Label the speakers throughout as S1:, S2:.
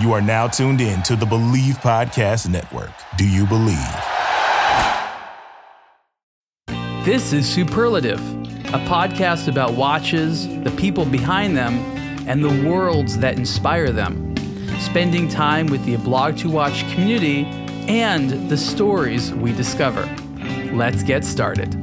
S1: You are now tuned in to the Believe Podcast Network. Do you believe?
S2: This is Superlative, a podcast about watches, the people behind them, and the worlds that inspire them. Spending time with the Blog to Watch community and the stories we discover. Let's get started.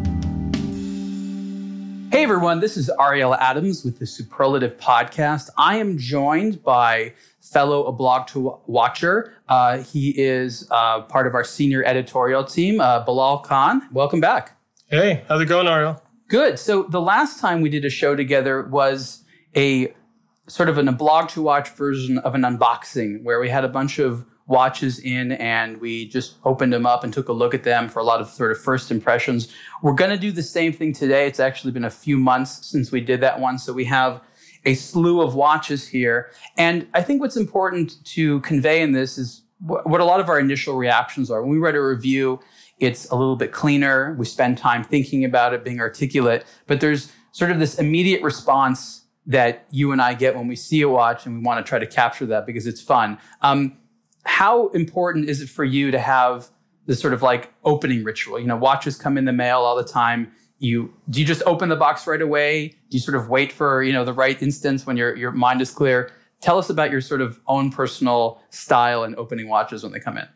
S2: Hey everyone, this is Ariel Adams with the Superlative Podcast. I am joined by fellow A Blog to Watcher. Uh, he is uh, part of our senior editorial team, uh, Bilal Khan. Welcome back.
S3: Hey, how's it going, Ariel?
S2: Good. So the last time we did a show together was a sort of an a blog to watch version of an unboxing where we had a bunch of watches in and we just opened them up and took a look at them for a lot of sort of first impressions. We're going to do the same thing today. It's actually been a few months since we did that one, so we have a slew of watches here. And I think what's important to convey in this is wh- what a lot of our initial reactions are. When we read a review, it's a little bit cleaner. We spend time thinking about it, being articulate. But there's sort of this immediate response that you and I get when we see a watch, and we want to try to capture that because it's fun. Um, how important is it for you to have this sort of like opening ritual? You know, watches come in the mail all the time. You do you just open the box right away? Do you sort of wait for you know the right instance when your your mind is clear? Tell us about your sort of own personal style in opening watches when they come in.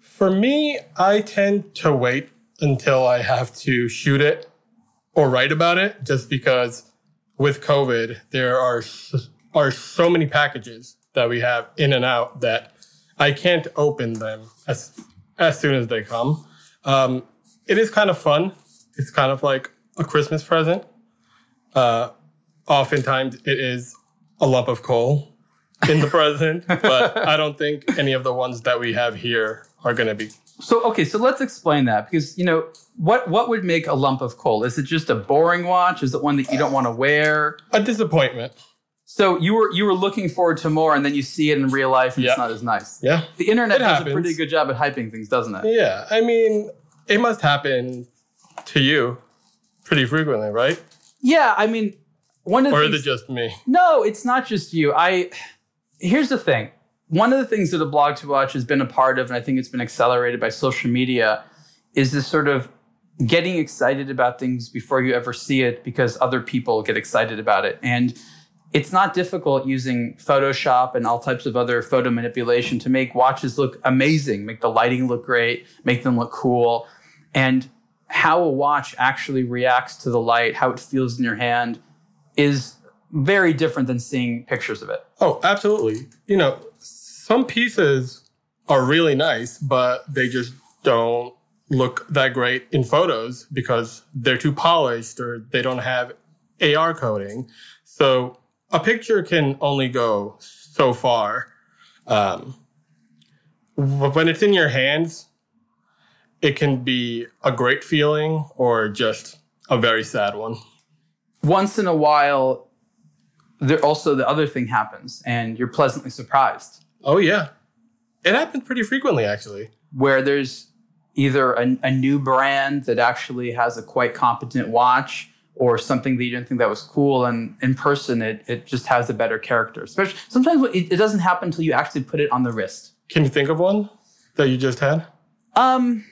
S3: For me, I tend to wait until I have to shoot it or write about it, just because with COVID there are s- are so many packages that we have in and out that I can't open them as as soon as they come. Um, it is kind of fun. It's kind of like a Christmas present. Uh, oftentimes, it is a lump of coal in the present, but I don't think any of the ones that we have here are going to be.
S2: So okay, so let's explain that because you know what what would make a lump of coal? Is it just a boring watch? Is it one that you don't want to wear?
S3: A disappointment.
S2: So you were you were looking forward to more, and then you see it in real life, and
S3: Yeah.
S2: it's not as nice.
S3: Yeah.
S2: The internet
S3: It
S2: does a
S3: happens.
S2: pretty good job at hyping things, doesn't it?
S3: Yeah. I mean, it must happen to you pretty frequently, right?
S2: Yeah, I mean, one of the
S3: Or is
S2: things-
S3: it just me?
S2: No, it's not just you. I here's the thing. One of the things that a blog to watch has been a part of, and I think it's been accelerated by social media, is this sort of getting excited about things before you ever see it because other people get excited about it. And it's not difficult using Photoshop and all types of other photo manipulation to make watches look amazing, make the lighting look great, make them look cool. And how a watch actually reacts to the light, how it feels in your hand, is very different than seeing pictures of it.
S3: Oh, absolutely. You know, some pieces are really nice, but they just don't look that great in photos because they're too polished or they don't have AR coding. So a picture can only go so far. Um, wh- when it's in your hands, it can be a great feeling or just a very sad one.
S2: Once in a while, there also the other thing happens and you're pleasantly surprised
S3: Oh, yeah. It happens pretty frequently, actually.
S2: where there's either a, a new brand that actually has a quite competent watch or something that you didn't think that was cool and in person it, it just has a better character especially sometimes it, it doesn't happen until you actually put it on the wrist
S3: Can you think of one that you just had?
S2: Um,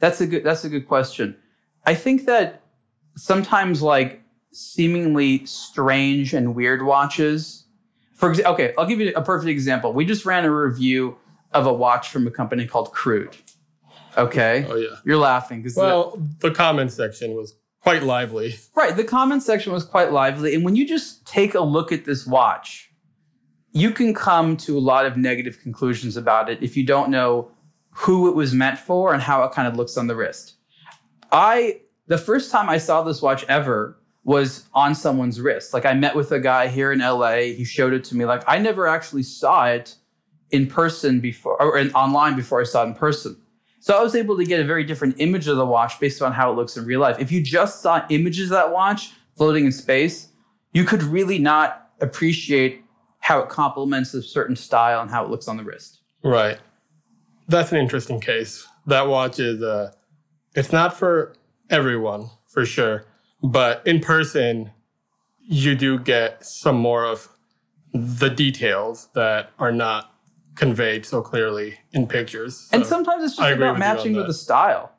S2: that's a good that's a good question. I think that sometimes like seemingly strange and weird watches. For example, okay, I'll give you a perfect example. We just ran a review of a watch from a company called Crude. Okay,
S3: Oh yeah.
S2: you're laughing because
S3: Well, the comment section was quite lively.
S2: Right. The comment section was quite lively. And when you just take a look at this watch, you can come to a lot of negative conclusions about it if you don't know who it was meant for and how it kind of looks on the wrist. I, the first time I saw this watch ever was on someone's wrist. Like I met with a guy here in LA, he showed it to me. Like I never actually saw it in person before or in, online before I saw it in person. So I was able to get a very different image of the watch based on how it looks in real life. If you just saw images of that watch floating in space, you could really not appreciate how it complements a certain style and how it looks on the wrist.
S3: Right. That's an interesting case. That watch is uh it's not for everyone, for sure. But in person, you do get some more of the details that are not conveyed so clearly in pictures.
S2: And
S3: So-
S2: sometimes it's
S3: I
S2: just
S3: agree
S2: about
S3: with you on
S2: matching with
S3: that.
S2: the style.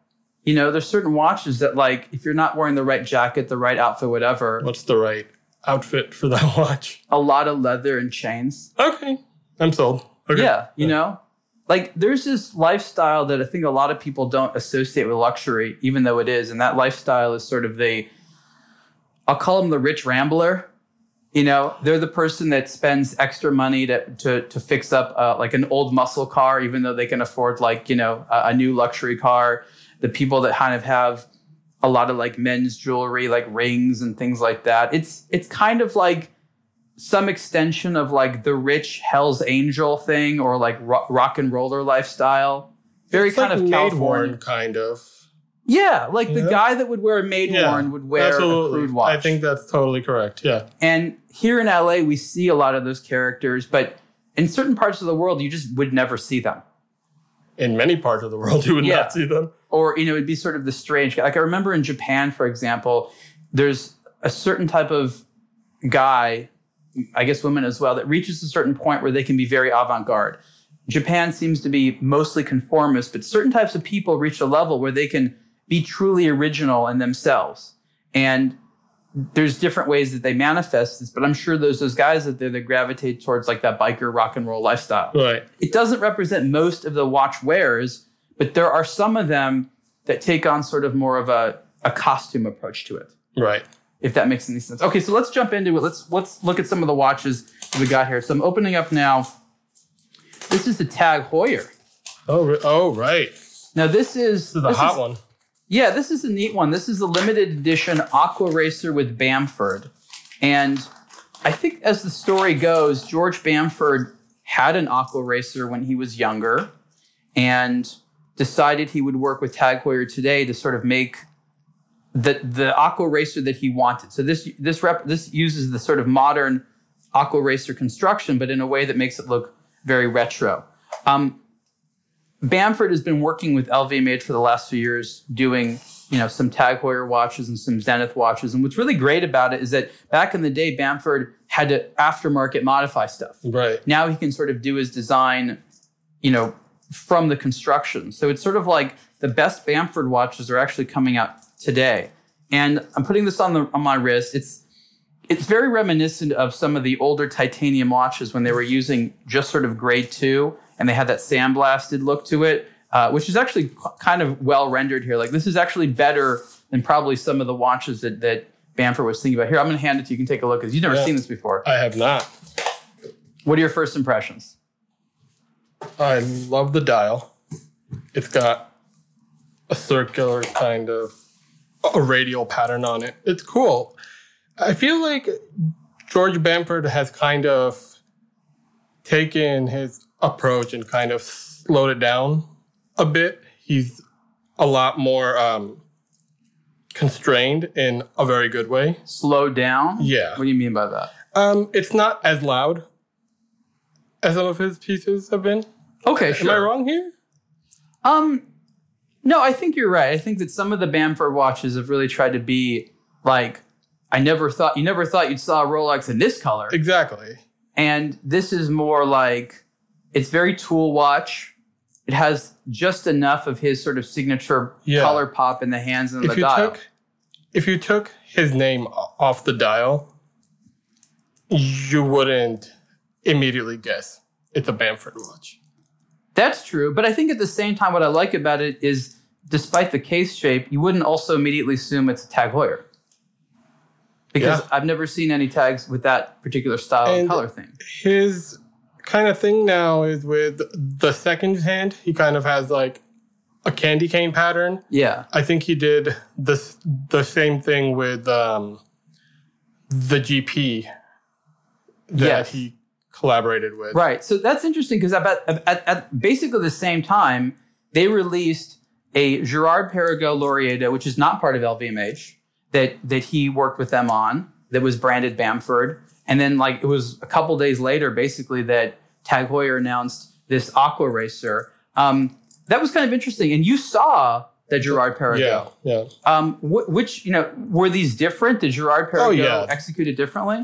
S2: You know, there's certain watches that like if you're not wearing the right jacket, the right outfit, whatever,
S3: what's the right outfit for that watch?
S2: a lot of leather and chains.
S3: Okay, I'm sold. Okay.
S2: Yeah, you know? Like there's this lifestyle that I think a lot of people don't associate with luxury, even though it is. And that lifestyle is sort of the I'll call them the rich rambler. You know, they're the person that spends extra money to to, to fix up uh, like an old muscle car, even though they can afford like you know a, a new luxury car. The people that kind of have a lot of like men's jewelry, like rings and things like that. It's it's kind of like some extension of like the rich Hell's Angel thing or like ro- rock and roller lifestyle. Very
S3: It's
S2: kind
S3: like
S2: of
S3: made
S2: California.
S3: worn, kind of.
S2: Yeah, like
S3: Yeah.
S2: the guy that would wear a maid
S3: Yeah,
S2: worn would wear a
S3: Absolutely,
S2: crude watch.
S3: I think that's totally correct. Yeah,
S2: And here in LA, we see a lot of those characters, but in certain parts of the world, you just would never see them.
S3: in many parts of the world, you would
S2: Yeah.
S3: not see them.
S2: Or, you know, it'd be sort of the strange guy. Like I remember in Japan, for example, there's a certain type of guy, I guess women as well, that reaches a certain point where they can be very avant garde. Japan seems to be mostly conformist, but certain types of people reach a level where they can be truly original in themselves. And there's different ways that they manifest this, but I'm sure there's those guys out there that gravitate towards like that biker rock and roll lifestyle.
S3: Right.
S2: It doesn't represent most of the watch wearers, but there are some of them that take on sort of more of a, a costume approach to it,
S3: Right.
S2: if that makes any sense. Okay, so let's jump into it. Let's let's look at some of the watches that we got here. So I'm opening up now. This is the Tag Heuer.
S3: Oh, re- oh, right. This
S2: Now this is
S3: is a
S2: this
S3: hot
S2: is-
S3: one.
S2: Yeah, this is a neat one. This is the limited edition Aqua Racer with Bamford. And I think as the story goes, George Bamford had an Aqua Racer when he was younger and decided he would work with Tag Heuer today to sort of make the the Aqua Racer that he wanted. So this this rep this uses the sort of modern Aqua Racer construction, but in a way that makes it look very retro. Um, Bamford has been working with LVMH for the last few years, doing you know some Tag Heuer watches and some Zenith watches. And what's really great about it is that back in the day, Bamford had to aftermarket modify stuff.
S3: Right.
S2: Now he can sort of do his design, you know, from the construction. So it's sort of like the best Bamford watches are actually coming out today. And I'm putting this on the on my wrist. It's it's very reminiscent of some of the older titanium watches when they were using just sort of grade two and they had that sandblasted look to it, uh, which is actually qu- kind of well rendered here. Like this is actually better than probably some of the watches that that Bamford was thinking about. Here, I'm going to hand it to you. You can take a look because you've never
S3: Yeah.
S2: seen this before.
S3: I have not.
S2: What are your first impressions?
S3: I love the dial. It's got a circular kind of a radial pattern on it. It's cool. I feel like George Bamford has kind of taken his approach and kind of slowed it down a bit. He's a lot more um, constrained in a very good way.
S2: slow down?
S3: Yeah.
S2: What do you mean by that?
S3: Um, it's not as loud as some of his pieces have been.
S2: Okay,
S3: Am I wrong here?
S2: Um, no, I think you're right. I think that some of the Bamford watches have really tried to be like, I never thought you never thought you'd saw a Rolex in this color,
S3: Exactly.
S2: and this is more like it's very tool watch. It has just enough of his sort of signature
S3: Yeah.
S2: color pop in the hands and
S3: if
S2: the
S3: you
S2: dial.
S3: took if you took his name o- off the dial, you wouldn't immediately guess it's a Bamford watch.
S2: That's true, but I think at the same time, what I like about it is, despite the case shape, you wouldn't also immediately assume it's a Tag Heuer, because
S3: Yeah.
S2: I've never seen any tags with that particular style and,
S3: And-
S2: color thing.
S3: His kind of thing now is with the second hand, he kind of has like a candy cane pattern.
S2: Yeah,
S3: I think he did the s- the same thing with um, the GP that
S2: Yes.
S3: he collaborated with.
S2: right. So that's interesting because about at, at basically the same time they released a Gerard Perregaux Laureata, which is not part of LVMH, that that he worked with them on, that was branded Bamford, and then like it was a couple days later, basically that Tag Heuer announced this Aqua Racer. Um, that was kind of interesting, and you saw the Gerard Perregaux.
S3: Yeah. Yeah.
S2: Um, wh- which you know were these different? Did Gerard Perregaux
S3: Oh, yeah.
S2: execute it differently?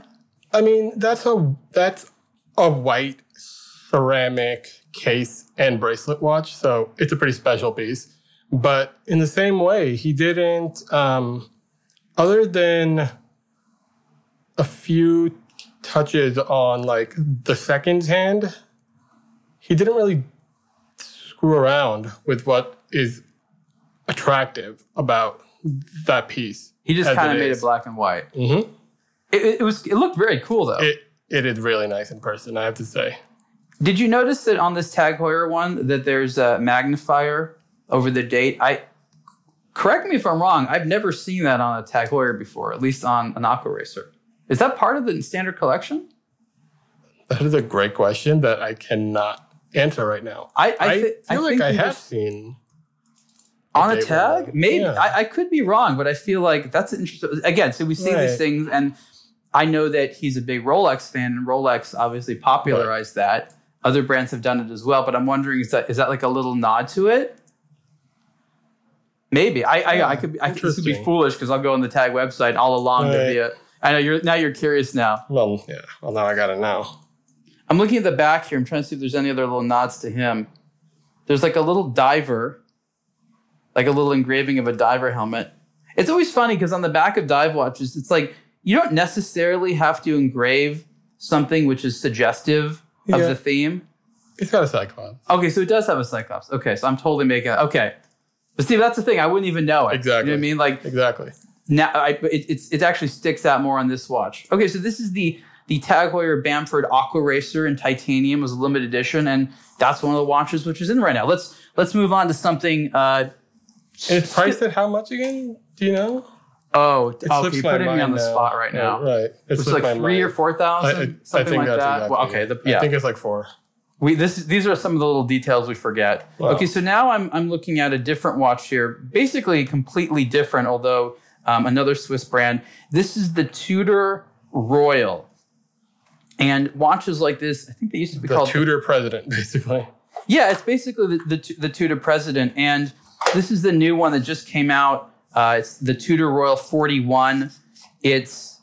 S3: I mean, that's a that's a white ceramic case and bracelet watch. So it's a pretty special piece. But in the same way, he didn't, um, other than a few touches on like the second hand, he didn't really screw around with what is attractive about that piece.
S2: He just
S3: as
S2: kind of
S3: it
S2: made
S3: is.
S2: it black and white.
S3: Mhm.
S2: It- It, it was. It looked very cool though.
S3: It, it is really nice in person, I have to say.
S2: Did you notice that on this Tag Heuer one that there's a magnifier over the date? I correct me if I'm wrong. I've never seen that on a Tag Heuer before, at least on an Aqua Racer. Is that part of the standard collection?
S3: That is a great question that I cannot answer right now.
S2: I, I,
S3: I,
S2: thi-
S3: feel like
S2: think
S3: I
S2: we
S3: have
S2: just-
S3: seen.
S2: on
S3: they
S2: a
S3: were
S2: tag.
S3: like-
S2: Maybe
S3: Yeah.
S2: I, I could be wrong, but I feel like that's an interesting. Again, so we see
S3: Right.
S2: these things, and I know that he's a big Rolex fan, and Rolex obviously popularized that. Other brands have done it as well, but I'm wondering is that is that like a little nod to it? Maybe I I, I could be, I could, this could be
S3: Interesting.
S2: foolish because I'll go on the tag website all along. There'd be a, I know you're now you're curious now.
S3: Well, yeah. Well, now I gotta know.
S2: I'm looking at the back here. I'm trying to see if there's any other little nods to him. There's like a little diver, like a little engraving of a diver helmet. It's always funny because on the back of dive watches, it's like you don't necessarily have to engrave something which is suggestive of
S3: Yeah.
S2: the theme.
S3: It's got a cyclops.
S2: Okay, so it does have a Cyclops. Okay, so I'm totally making Okay. But Steve, that's the thing. I wouldn't even know it. You know
S3: Exactly.
S2: what I mean? Like
S3: Exactly.
S2: now I, but it, it's, it actually sticks out more on this watch. Okay, so this is the the Tag Heuer Bamford Aqua Racer in titanium was a limited edition, and that's one of the watches which is in right now. Let's let's move on to something. Uh,
S3: And it's priced at how much again? Do you know?
S2: oh,
S3: It
S2: oh,
S3: slips
S2: you're
S3: my
S2: putting me
S3: mind
S2: on the
S3: now.
S2: spot right
S3: Yeah,
S2: now.
S3: Right. It
S2: It's
S3: slipped
S2: like
S3: my
S2: three
S3: mind.
S2: or four
S3: I, I,
S2: thousand,
S3: I
S2: something
S3: think
S2: like
S3: that's
S2: that.
S3: Exactly.
S2: well,
S3: it.
S2: okay, the,
S3: I
S2: yeah.
S3: think it's like four.
S2: We this these are some of the little details we forget.
S3: Wow.
S2: Okay, so now I'm I'm looking at a different watch here, basically completely different, although um, another Swiss brand. This is the Tudor Royal, and watches like this, I think they used to be
S3: The
S2: called.
S3: Tudor president, basically.
S2: yeah, it's basically the, the Tu- the Tudor President, and this is the new one that just came out. Uh, it's the Tudor Royal 41. It's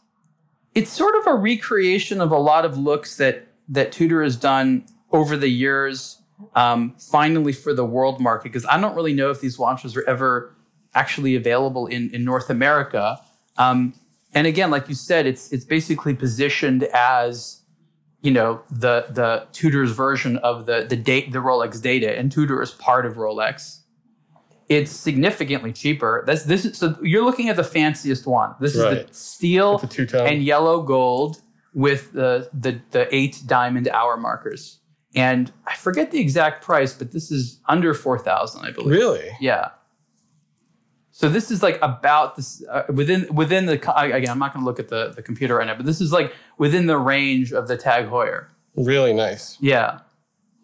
S2: it's sort of a recreation of a lot of looks that that Tudor has done over the years, um, finally for the world market. Because I don't really know if these watches are ever actually available in in North America. Um, and again, like you said, it's it's basically positioned as you know the the Tudor's version of the the date the Rolex data, and Tudor is part of Rolex. It's significantly cheaper. That's this. Is, so you're looking at the fanciest one. This is
S3: Right.
S2: the steel
S3: It's a two-tone.
S2: and yellow gold with the, the the eight diamond hour markers. And I forget the exact price, but this is under four thousand, I believe.
S3: Really?
S2: Yeah. So this is like about this uh, within within the co- I- again I'm not going to look at the, the computer right now, but this is like within the range of the Tag Heuer.
S3: Really nice.
S2: Yeah,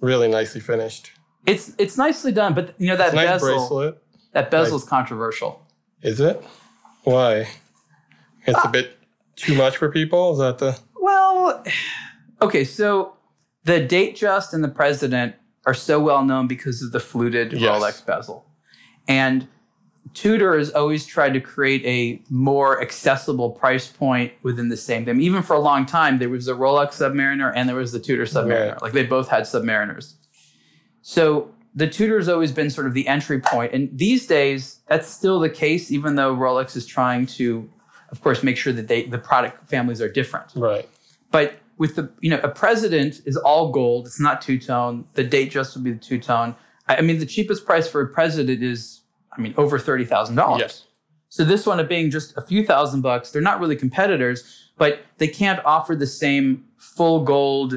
S3: Really nicely finished.
S2: it's it's nicely done, but you know that
S3: nice
S2: bezel
S3: bracelet.
S2: that bezel's controversial.
S3: Is it? Why? It's
S2: Ah.
S3: a bit too much for people. Is that the?
S2: Well, okay, so the date just and the president are so well known because of the fluted
S3: Yes.
S2: Rolex bezel. And Tudor has always tried to create a more accessible price point within the same thing. Even for a long time, there was the Rolex Submariner and there was the Tudor Submariner.
S3: Right.
S2: Like they both had Submariners. So the Tudor's always been sort of the entry point. And these days, that's still the case, even though Rolex is trying to, of course, make sure that they, the product families are different.
S3: Right.
S2: But with the you know a president is all gold. It's not two tone. The date just would be the two tone. I, I mean the cheapest price for a president is I mean over thirty thousand dollars.
S3: Yes.
S2: So this one of being just a few thousand bucks, they're not really competitors, but they can't offer the same full gold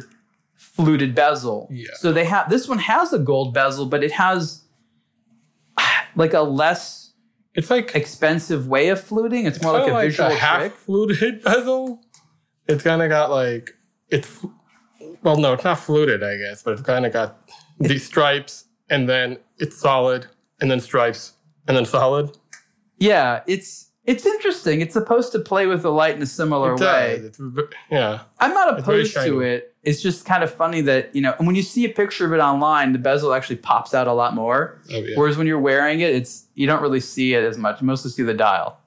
S2: fluted bezel.
S3: Yeah.
S2: So they have this one has a gold bezel, but it has like a less
S3: It's like
S2: expensive way of fluting. It's more like a
S3: kinda
S2: visual
S3: half
S2: trick.
S3: fluted bezel. It's kind of got like it's fl- well, no, it's not fluted, I guess, but it's kind of got these stripes, and then it's solid, and then stripes, and then solid.
S2: Yeah, it's it's interesting. It's supposed to play with the light in a similar
S3: It does.
S2: way.
S3: It's v- yeah, Oh,
S2: I'm not
S3: It's very
S2: opposed to
S3: shiny.
S2: it. It's just kind of funny that, you know, and when you see a picture of it online, the bezel actually pops out a lot more.
S3: Oh, yeah.
S2: Whereas when you're wearing it, it's you don't really see it as much. You mostly see the dial.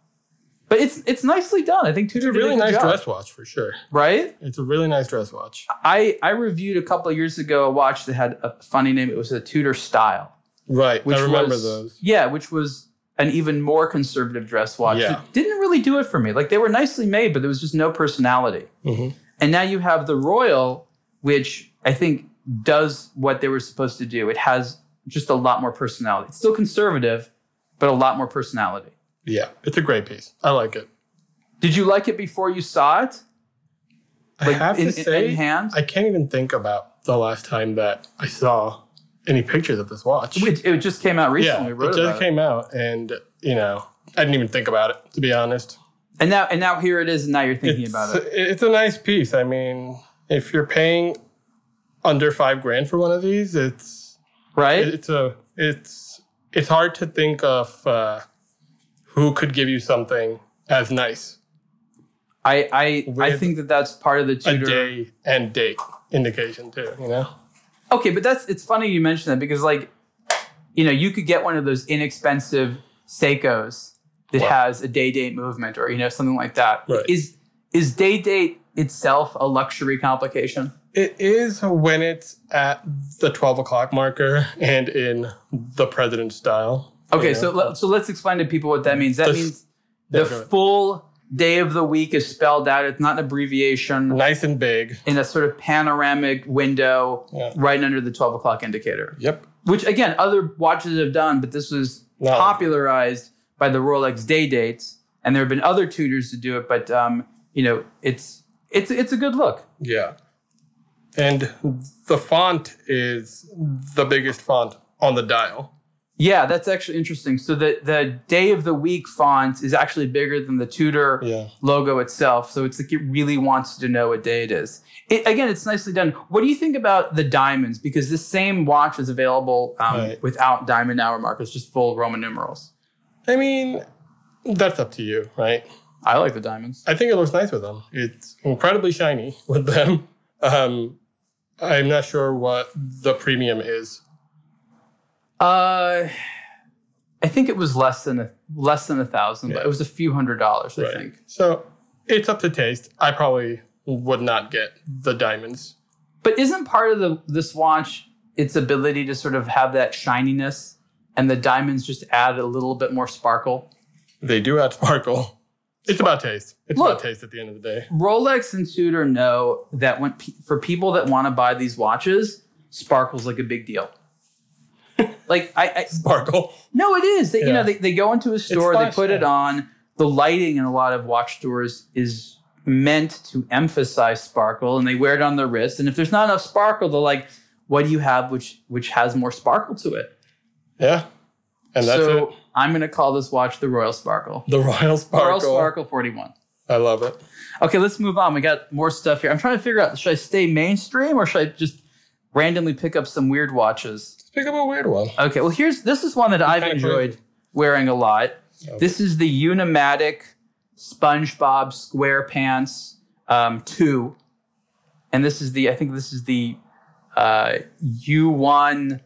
S2: But But it's it's nicely done. I think
S3: It's
S2: Tudor
S3: a
S2: did
S3: really
S2: good
S3: nice
S2: job,
S3: dress watch for sure.
S2: right?
S3: It's a really nice dress watch.
S2: I, I reviewed a couple of years ago a watch that had a funny name. It was a Tudor style.
S3: Right.
S2: Which
S3: I remember
S2: was,
S3: those.
S2: Yeah, which was an even more conservative dress watch.
S3: Yeah.
S2: It didn't really do it for me. Like they were nicely made, but there was just no personality.
S3: Mhm.
S2: And now you have the Royal, which I think does what they were supposed to do. It has just a lot more personality. It's still conservative, but a lot more personality.
S3: Yeah. It's a great piece. I like it.
S2: Did you like it before you saw it?
S3: I
S2: Like,
S3: have
S2: in,
S3: to
S2: in-
S3: say,
S2: in hand?
S3: I can't even think about the last time that I saw any pictures of this watch.
S2: It, it just came out recently.
S3: yeah,
S2: we
S3: it
S2: wrote
S3: just
S2: about it.
S3: came out, and you know, I didn't even think about it to be honest.
S2: And now and now here it is, and now you're thinking
S3: it's,
S2: about it.
S3: It's a nice piece. I mean, if you're paying under five grand for one of these, it's
S2: Right?
S3: it's a it's it's hard to think of uh, who could give you something as nice
S2: I I, I
S3: with
S2: think that that's part of the
S3: a
S2: Tudor
S3: day and date indication too. You know,
S2: Okay, but that's it's funny you mention that because like, you know, you could get one of those inexpensive Seikos that
S3: Wow.
S2: has a day date movement or you know something like that. Is
S3: Right.
S2: is day date itself a luxury complication?
S3: it is when it's at the twelve o'clock marker and in the president style.
S2: Okay,
S3: you
S2: so
S3: know?
S2: let, so let's explain to people what that means. That
S3: The-
S2: means
S3: yeah,
S2: the
S3: go ahead.
S2: full day of the week is spelled out. It's not an abbreviation
S3: nice and big.
S2: in a sort of panoramic window
S3: Yeah.
S2: right under the twelve o'clock indicator.
S3: Yep.
S2: which again other watches have done, but this was
S3: No.
S2: popularized by the Rolex Day Dates, and there have been other tutors to do it, but um, you know it's it's it's a good look.
S3: Yeah. And the font is the biggest font on the dial.
S2: Yeah, that's actually interesting. So the the day of the week font is actually bigger than the Tudor
S3: Yeah.
S2: logo itself. So it's like it really wants to know what day it is. It, again, it's nicely done. What do you think about the diamonds? Because this same watch is available um,
S3: Right.
S2: without diamond hour markers, just full Roman numerals.
S3: I mean, that's up to you, right?
S2: I like the diamonds.
S3: I think it looks nice with them. It's incredibly shiny with them. Um, I'm not sure what the premium is.
S2: Uh, I think it was less than a less than a thousand.
S3: Yeah.
S2: But it was a few hundred dollars, I
S3: right?
S2: think.
S3: So it's up to taste. I probably would not get the diamonds.
S2: But isn't part of the this watch its ability to sort of have that shininess, and the diamonds just add a little bit more sparkle?
S3: They do add sparkle. It's about taste. It's
S2: Look.
S3: about taste at the end of the day.
S2: Rolex and Tudor know that when pe- for people that want to buy these watches, sparkles like a big deal. like I, I
S3: Sparkle.
S2: no, it is. They, You
S3: Yeah.
S2: know, they, they go into a store, they
S3: flash,
S2: put it
S3: yeah.
S2: on. The lighting in a lot of watch stores is meant to emphasize sparkle, and they wear it on their wrist. And if there's not enough sparkle, they're like, "What do you have which which has more sparkle to it?"
S3: Yeah. And that's
S2: so
S3: it.
S2: I'm going to call this watch the Royal Sparkle.
S3: The Royal Sparkle.
S2: Royal Sparkle 41.
S3: I love it.
S2: Okay, let's move on. We got more stuff here. I'm trying to figure out should I stay mainstream or should I just randomly pick up some weird watches?
S3: Let's pick up a weird one.
S2: Okay, well here's this is one that I've
S3: kinda
S2: enjoyed
S3: crazy.
S2: wearing a lot.
S3: Okay.
S2: This is the Unimatic SpongeBob SquarePants um, two, and this is the I think this is the uh, U one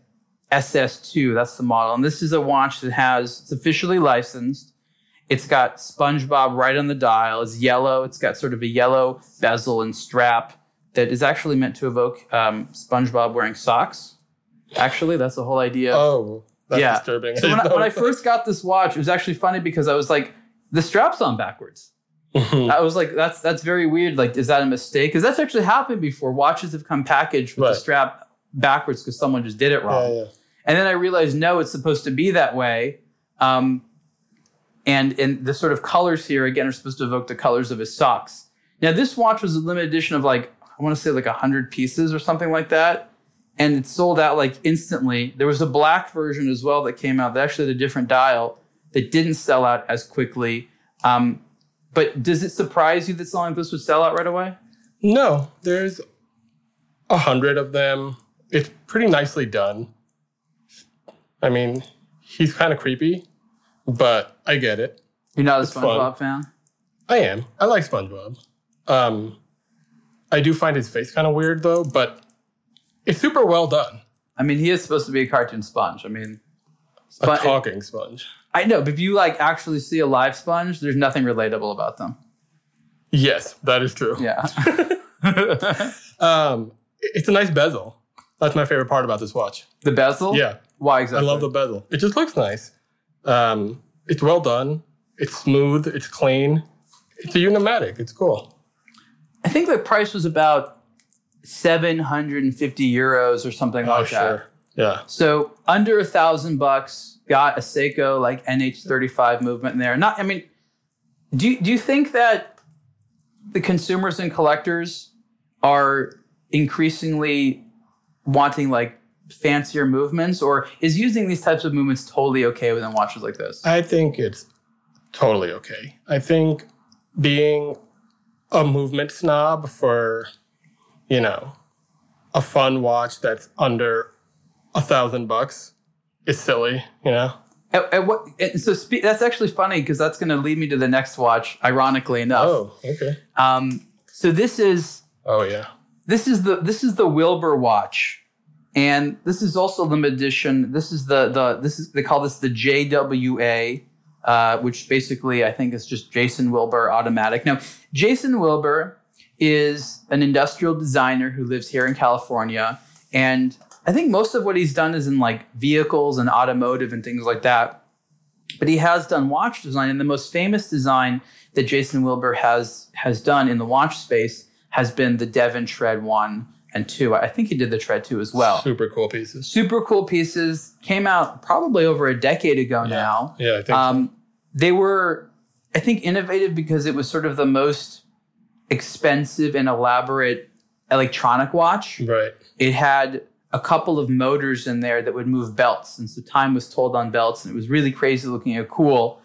S2: SS two. That's the model, and this is a watch that has it's officially licensed. It's got SpongeBob right on the dial. It's yellow. It's got sort of a yellow bezel and strap that is actually meant to evoke um, SpongeBob wearing socks. Actually, that's the whole idea.
S3: Oh, that's
S2: Yeah.
S3: disturbing.
S2: So when I, when I first got this watch, it was actually funny because I was like, the strap's on backwards.
S3: Mhm.
S2: I was like, that's that's very weird. Like, is that a mistake? Because that's actually happened before. Watches have come packaged with
S3: Right.
S2: the strap backwards because someone just did it
S3: yeah,
S2: wrong.
S3: yeah.
S2: And then I realized, no, it's supposed to be that way. Um, and and the sort of colors here again are supposed to evoke the colors of his socks. Now, this watch was a limited edition of like I want to say like hundred pieces or something like that, and it sold out like instantly. There was a black version as well that came out that actually had a different dial that didn't sell out as quickly. Um, but does it surprise you that something like this would sell out right away?
S3: No, there's a hundred of them. It's pretty nicely done. I mean, he's kind of creepy, but I get it.
S2: You're not a
S3: fun.
S2: SpongeBob fan.
S3: I am. I like SpongeBob. Um, I do find his face kind of weird though, but it's super well done.
S2: I mean, he is supposed to be a cartoon sponge. I mean,
S3: A
S2: spon-
S3: talking sponge.
S2: I know, but if you like actually see a live sponge, there's nothing relatable about them.
S3: Yes, that is true.
S2: Yeah.
S3: Um, it- it's a nice bezel. That's my favorite part about this watch.
S2: the bezel?
S3: Yeah,
S2: Why
S3: I
S2: exactly?
S3: love the bezel. It just looks nice. Um, it's well done. It's smooth. It's clean. It's a unimatic. It's cool.
S2: I think the price was about 750 euros or something
S3: Oh,
S2: like that.
S3: Yeah.
S2: So under a thousand bucks, got a Seiko like NH35 movement in there. Not, I mean, do you, do you think that the consumers and collectors are increasingly wanting like fancier movements, or is using these types of movements totally okay within watches like this?
S3: I think it's totally okay. I think being a movement snob for, you know, a fun watch that's under a thousand bucks is silly, you know?
S2: At, at what, and so spe- that's actually funny because that's going to lead me to the next watch, ironically enough.
S3: Oh, okay.
S2: Um, so this is
S3: Oh, yeah.
S2: this is the this is the Wilbur watch, and this is also limited edition. This is the the this is they call this the JWA, uh, which basically I think is just Jason Wilbur automatic. Now Jason Wilbur is an industrial designer who lives here in California, and I think most of what he's done is in like vehicles and automotive and things like that. But he has done watch design, and the most famous design that Jason Wilbur has has done in the watch space has been the Devon Tread one and two. I think he did the Tread two as well.
S3: Super cool pieces.
S2: Super cool pieces came out probably over a decade ago
S3: Yeah.
S2: now.
S3: Yeah, I think.
S2: Um, they were, I think, innovative because it was sort of the most expensive and elaborate electronic watch.
S3: right.
S2: It had a couple of motors in there that would move belts, and so time was told on belts, and it was really crazy looking and cool.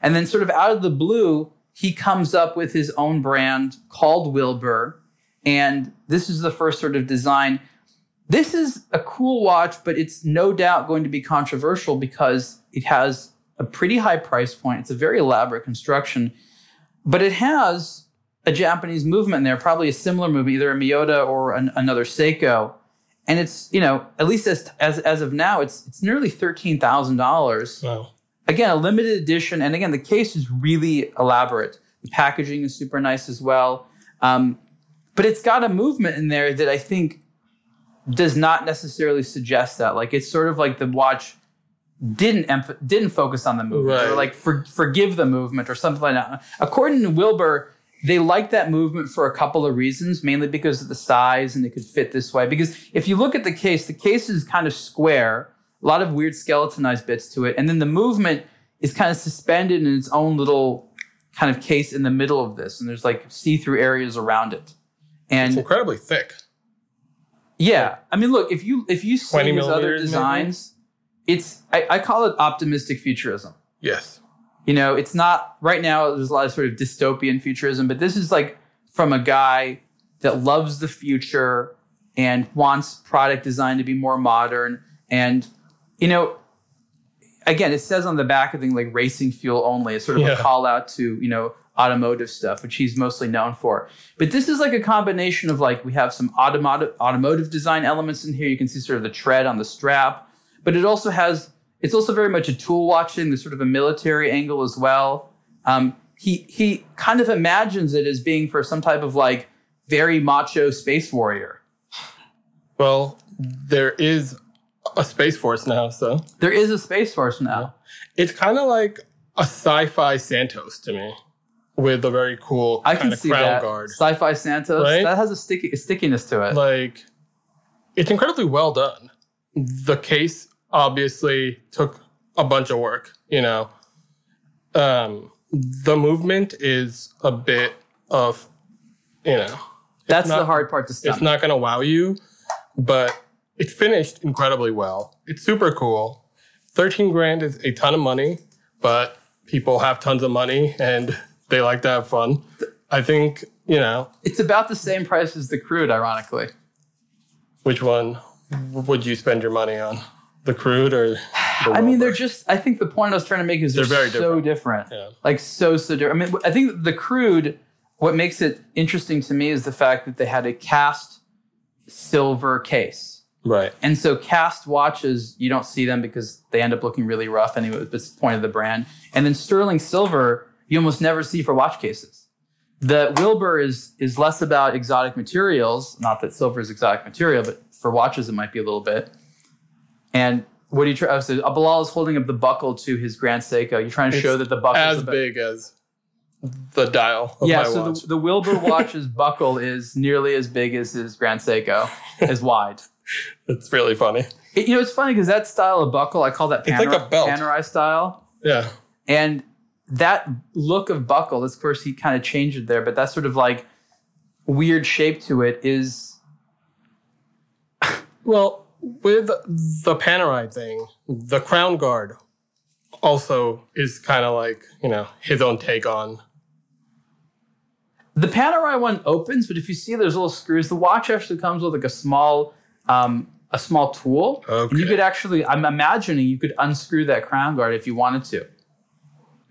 S2: And then, sort of out of the blue, he comes up with his own brand called Wilbur, and this is the first sort of design. This is a cool watch, but it's no doubt going to be controversial because it has a pretty high price point. It's a very elaborate construction, but it has a Japanese movement in there, probably a similar movement, either a Miyota or an, another Seiko. And it's, you know, at least as as, as of now, it's it's nearly thirteen thousand dollars
S3: Wow.
S2: again a limited edition and again the case is really elaborate the packaging is super nice as well um, but it's got a movement in there that i think does not necessarily suggest that like it's sort of like the watch didn't emph- didn't focus on the movement or
S3: Right.
S2: like for- forgive the movement or something like that according to wilbur they liked that movement for a couple of reasons mainly because of the size and it could fit this way because if you look at the case the case is kind of square a lot of weird skeletonized bits to it. And then the movement is kind of suspended in its own little kind of case in the middle of this. And there's like see through areas around it.
S3: It's
S2: And
S3: incredibly thick.
S2: yeah, I mean, look, if you if you see
S3: 20
S2: his other
S3: millimeters maybe?
S2: designs, it's I, I call it optimistic futurism.
S3: Yes.
S2: You know, it's not right now. There's a lot of sort of dystopian futurism, but this is like from a guy that loves the future and wants product design to be more modern. And you know, again, it says on the back of thing like racing fuel only. It's sort of
S3: Yeah.
S2: a call out to you know automotive stuff, which he's mostly known for. But this is like a combination of like we have some automotive automotive design elements in here. You can see sort of the tread on the strap, but it also has it's also very much a tool watching. There's sort of a military angle as well. Um, he he kind of imagines it as being for some type of like very macho space warrior.
S3: Well, there is a space force now, so
S2: There is a space force now.
S3: it's kind of like a sci-fi Santos to me, with a very cool
S2: I
S3: kind
S2: can
S3: of
S2: see
S3: crown
S2: that.
S3: guard.
S2: Sci-fi Santos
S3: Right?
S2: that has a sticky a stickiness to it.
S3: Like, it's incredibly well done. The case obviously took a bunch of work. You know, um, the movement is a bit of, you know,
S2: That's the
S3: not-
S2: hard part to
S3: it's
S2: stomach.
S3: not going to wow you, but it's finished incredibly well. It's super cool. 13 grand is a ton of money, but people have tons of money and they like to have fun. I think, you know,
S2: it's about the same price as the crude, ironically.
S3: which one would you spend your money on? The crude or the
S2: I mean, they're
S3: Wilbur?
S2: just. I think the point I was trying to make is
S3: They're
S2: they're,
S3: very
S2: so different.
S3: Yeah.
S2: Like so so different. I mean, I think the crude. What makes it interesting to me is the fact that they had a cast silver case.
S3: Right.
S2: And so cast watches, you don't see them because they end up looking really rough anyway. That's the point of the brand. And then sterling silver, you almost never see for watch cases. The Wilbur is is less about exotic materials. Not that silver is exotic material, but for watches it might be a little bit. And what are you trying? Oh, so Bilal is holding up the buckle to his Grand Seiko. You're trying to show
S3: It's
S2: that the buckle
S3: as big as the dial of
S2: yeah,
S3: my
S2: so
S3: watch.
S2: the, the Wilbur watch's buckle is nearly as big as his Grand Seiko, is wide.
S3: it's really funny.
S2: It- you know, it's funny because that style of buckle, I call that
S3: It's like
S2: Panerai,
S3: a belt.
S2: Panerai style,
S3: Yeah.
S2: and that look of buckle. Of course, he kind of changed it there, but that sort of like weird shape to it is
S3: Well, with the Panerai thing, the crown guard also is kind of like, you know, his own take on.
S2: the Panerai one opens, but if you see those little screws, the watch actually comes with like a small, um, a small tool. And you
S3: Okay.
S2: could actually, I'm imagining you could unscrew that crown guard if you wanted to.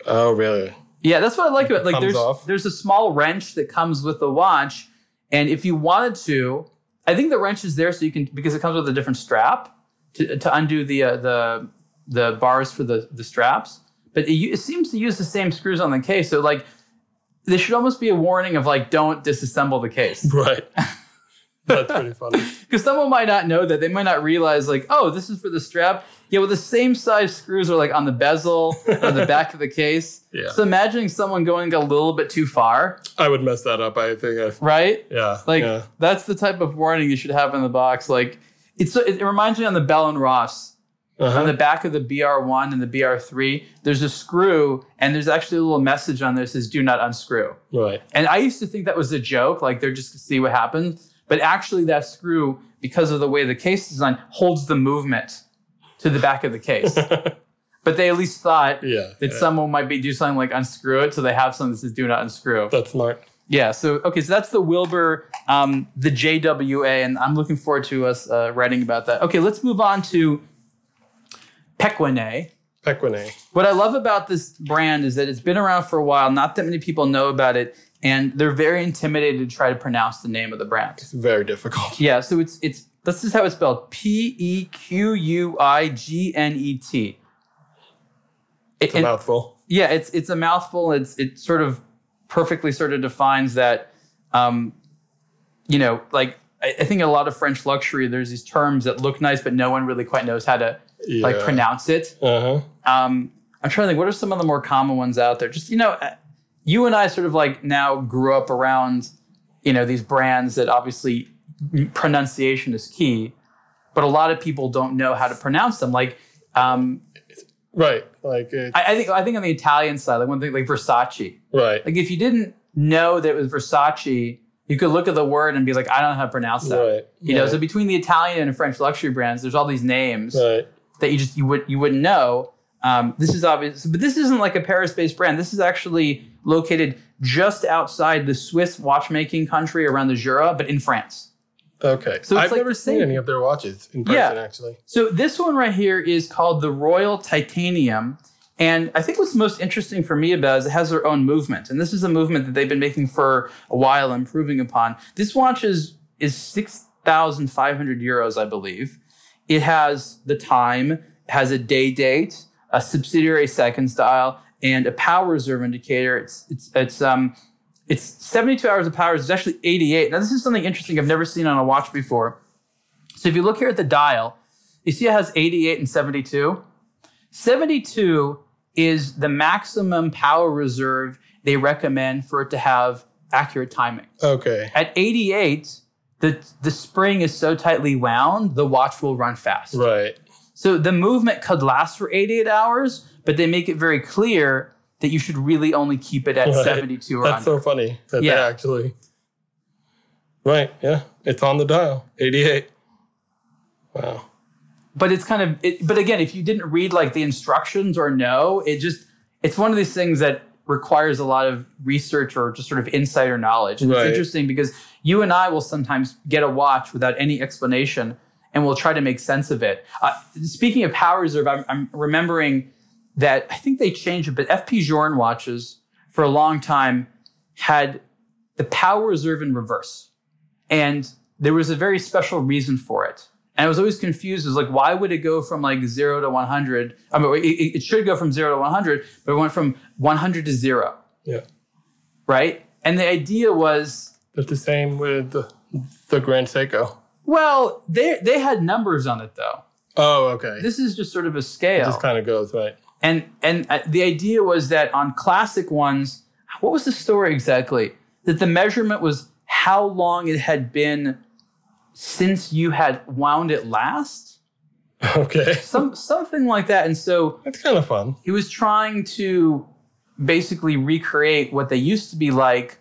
S3: Oh, really?
S2: Yeah, that's what I like about like
S3: Comes
S2: there's
S3: off.
S2: there's a small wrench that comes with the watch, and if you wanted to, I think the wrench is there so you can because it comes with a different strap to, to undo the uh, the the bars for the the straps. But it, u- it seems to use the same screws on the case, so like there should almost be a warning of like don't disassemble the case
S3: Right. That's pretty funny.
S2: because someone might not know that they might not realize like oh this is for the strap yeah well the same size screws are like on the bezel or the back of the case
S3: Yeah.
S2: so imagining someone going a little bit too far
S3: I would mess that up. I think I,
S2: right?
S3: yeah.
S2: Like
S3: yeah.
S2: that's the type of warning you should have in the box. Like it's it reminds me on the Bell and Ross
S3: Uh-huh.
S2: on the back of the BR1 and the BR3. There's a screw and there's actually a little message on there that says "Do not unscrew."
S3: right.
S2: And I used to think that was a joke, like they're just to see what happens. But actually, that screw, because of the way the case is designed, holds the movement to the back of the case. but they at least thought
S3: Yeah.
S2: that
S3: yeah.
S2: someone might be do something like unscrew it, so they have something that says "Do not unscrew."
S3: That's smart.
S2: Yeah. So okay. So that's the Wilbur, um, the JWA, and I'm looking forward to us uh, writing about that. Okay. Let's move on to Pequene.
S3: Pequine.
S2: What I love about this brand is that it's been around for a while. Not that many people know about it, and they're very intimidated to try to pronounce the name of the brand.
S3: It's very difficult.
S2: Yeah. So it's it's this is how it's spelled: P E Q U I G N E T.
S3: It's a mouthful.
S2: yeah, it's it's a mouthful. It's it sort of perfectly sort of defines that. Um, you know, like I, I think a lot of French luxury, there's these terms that look nice, but no one really quite knows how to like
S3: Yeah.
S2: pronounce it.
S3: Uh huh.
S2: Um, I'm trying to think. What are some of the more common ones out there? Just you know, uh, you and I sort of like now grew up around you know these brands that obviously pronunciation is key, but a lot of people don't know how to pronounce them. Like um,
S3: Right. Like, it,
S2: I, I think I think on the Italian side, like one thing like Versace.
S3: right.
S2: Like if you didn't know that it was Versace, you could look at the word and be like, I don't know how to pronounce that.
S3: Right.
S2: You know, so between the Italian and French luxury brands, there's all these names
S3: right.
S2: that you just you would you wouldn't know. Um, this is obvious, but this isn't like a Paris-based brand. This is actually located just outside the Swiss watchmaking country around the Jura, but in France.
S3: Okay.
S2: So it's
S3: I've
S2: like
S3: never
S2: the
S3: seen
S2: same-
S3: any of their watches in
S2: Yeah.
S3: person, actually.
S2: So this one right here is called the Royal Titanium. And I think what's most interesting for me about it is it has their own movement. And this is a movement that they've been making for a while, improving upon. This watch is, is 6,500 euros, I believe. It has the time, it has a day date, a subsidiary second style, and a power reserve indicator. It's, it's, it's, um, it's 72 hours of power. It's actually 88. Now, this is something interesting I've never seen on a watch before. So if you look here at the dial, you see it has 88 and 72. 72 is the maximum power reserve they recommend for it to have accurate timing.
S3: Okay.
S2: At 88, the, the spring is so tightly wound, the watch will run fast.
S3: Right.
S2: So the movement could last for 88 hours, but they make it very clear that you should really only keep it at
S3: Right.
S2: 72 or
S3: That's
S2: under.
S3: so funny that they
S2: Yeah.
S3: actually. Right. Yeah. It's on the dial. 88. Wow.
S2: but it's kind of it, but again if you didn't read like the instructions or know it just it's one of these things that requires a lot of research or just sort of insider knowledge and
S3: Right.
S2: it's interesting because you and i will sometimes get a watch without any explanation and we'll try to make sense of it uh, speaking of power reserve I'm, I'm remembering that i think they changed it but fp jorn watches for a long time had the power reserve in reverse and there was a very special reason for it. And I was always confused. It was like, why would it go from like zero to 100? I mean, it, it it should go from zero to 100, but it went from 100 to zero,
S3: Yeah.
S2: right? And the idea was
S3: But the same with the, the Grand Seiko.
S2: Well, they they had numbers on it though.
S3: Oh, okay. This
S2: This is just sort of a
S3: just
S2: scale,
S3: kind of goes right.
S2: and and uh, the idea was that on classic ones, what was the story exactly? That the measurement was how long it had been since you had wound it last,
S3: Okay.
S2: some something like that. And so
S3: That's kind of fun.
S2: he was trying to basically recreate what they used to be like,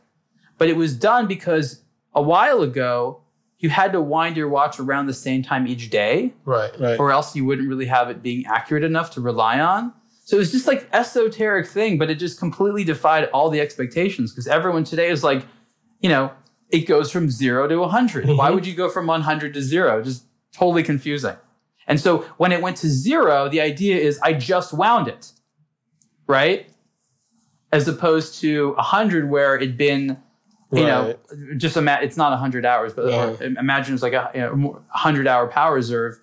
S2: but it was done because a while ago you had to wind your watch around the same time each day.
S3: Right, right.
S2: or else you wouldn't really have it being accurate enough to rely on. So it was just like esoteric thing, but it just completely defied all the expectations because everyone today is like, you know, it goes from zero to 100. Why
S3: Mhm.
S2: would you go from 100 to zero? Just totally confusing. And so when it went to zero, the idea is I just wound it, right? As opposed to 100, where it'd been you know,
S3: Right.
S2: just ima- it's not 100 hours, but or imagine it's like a you know, more- 100 hour power reserve.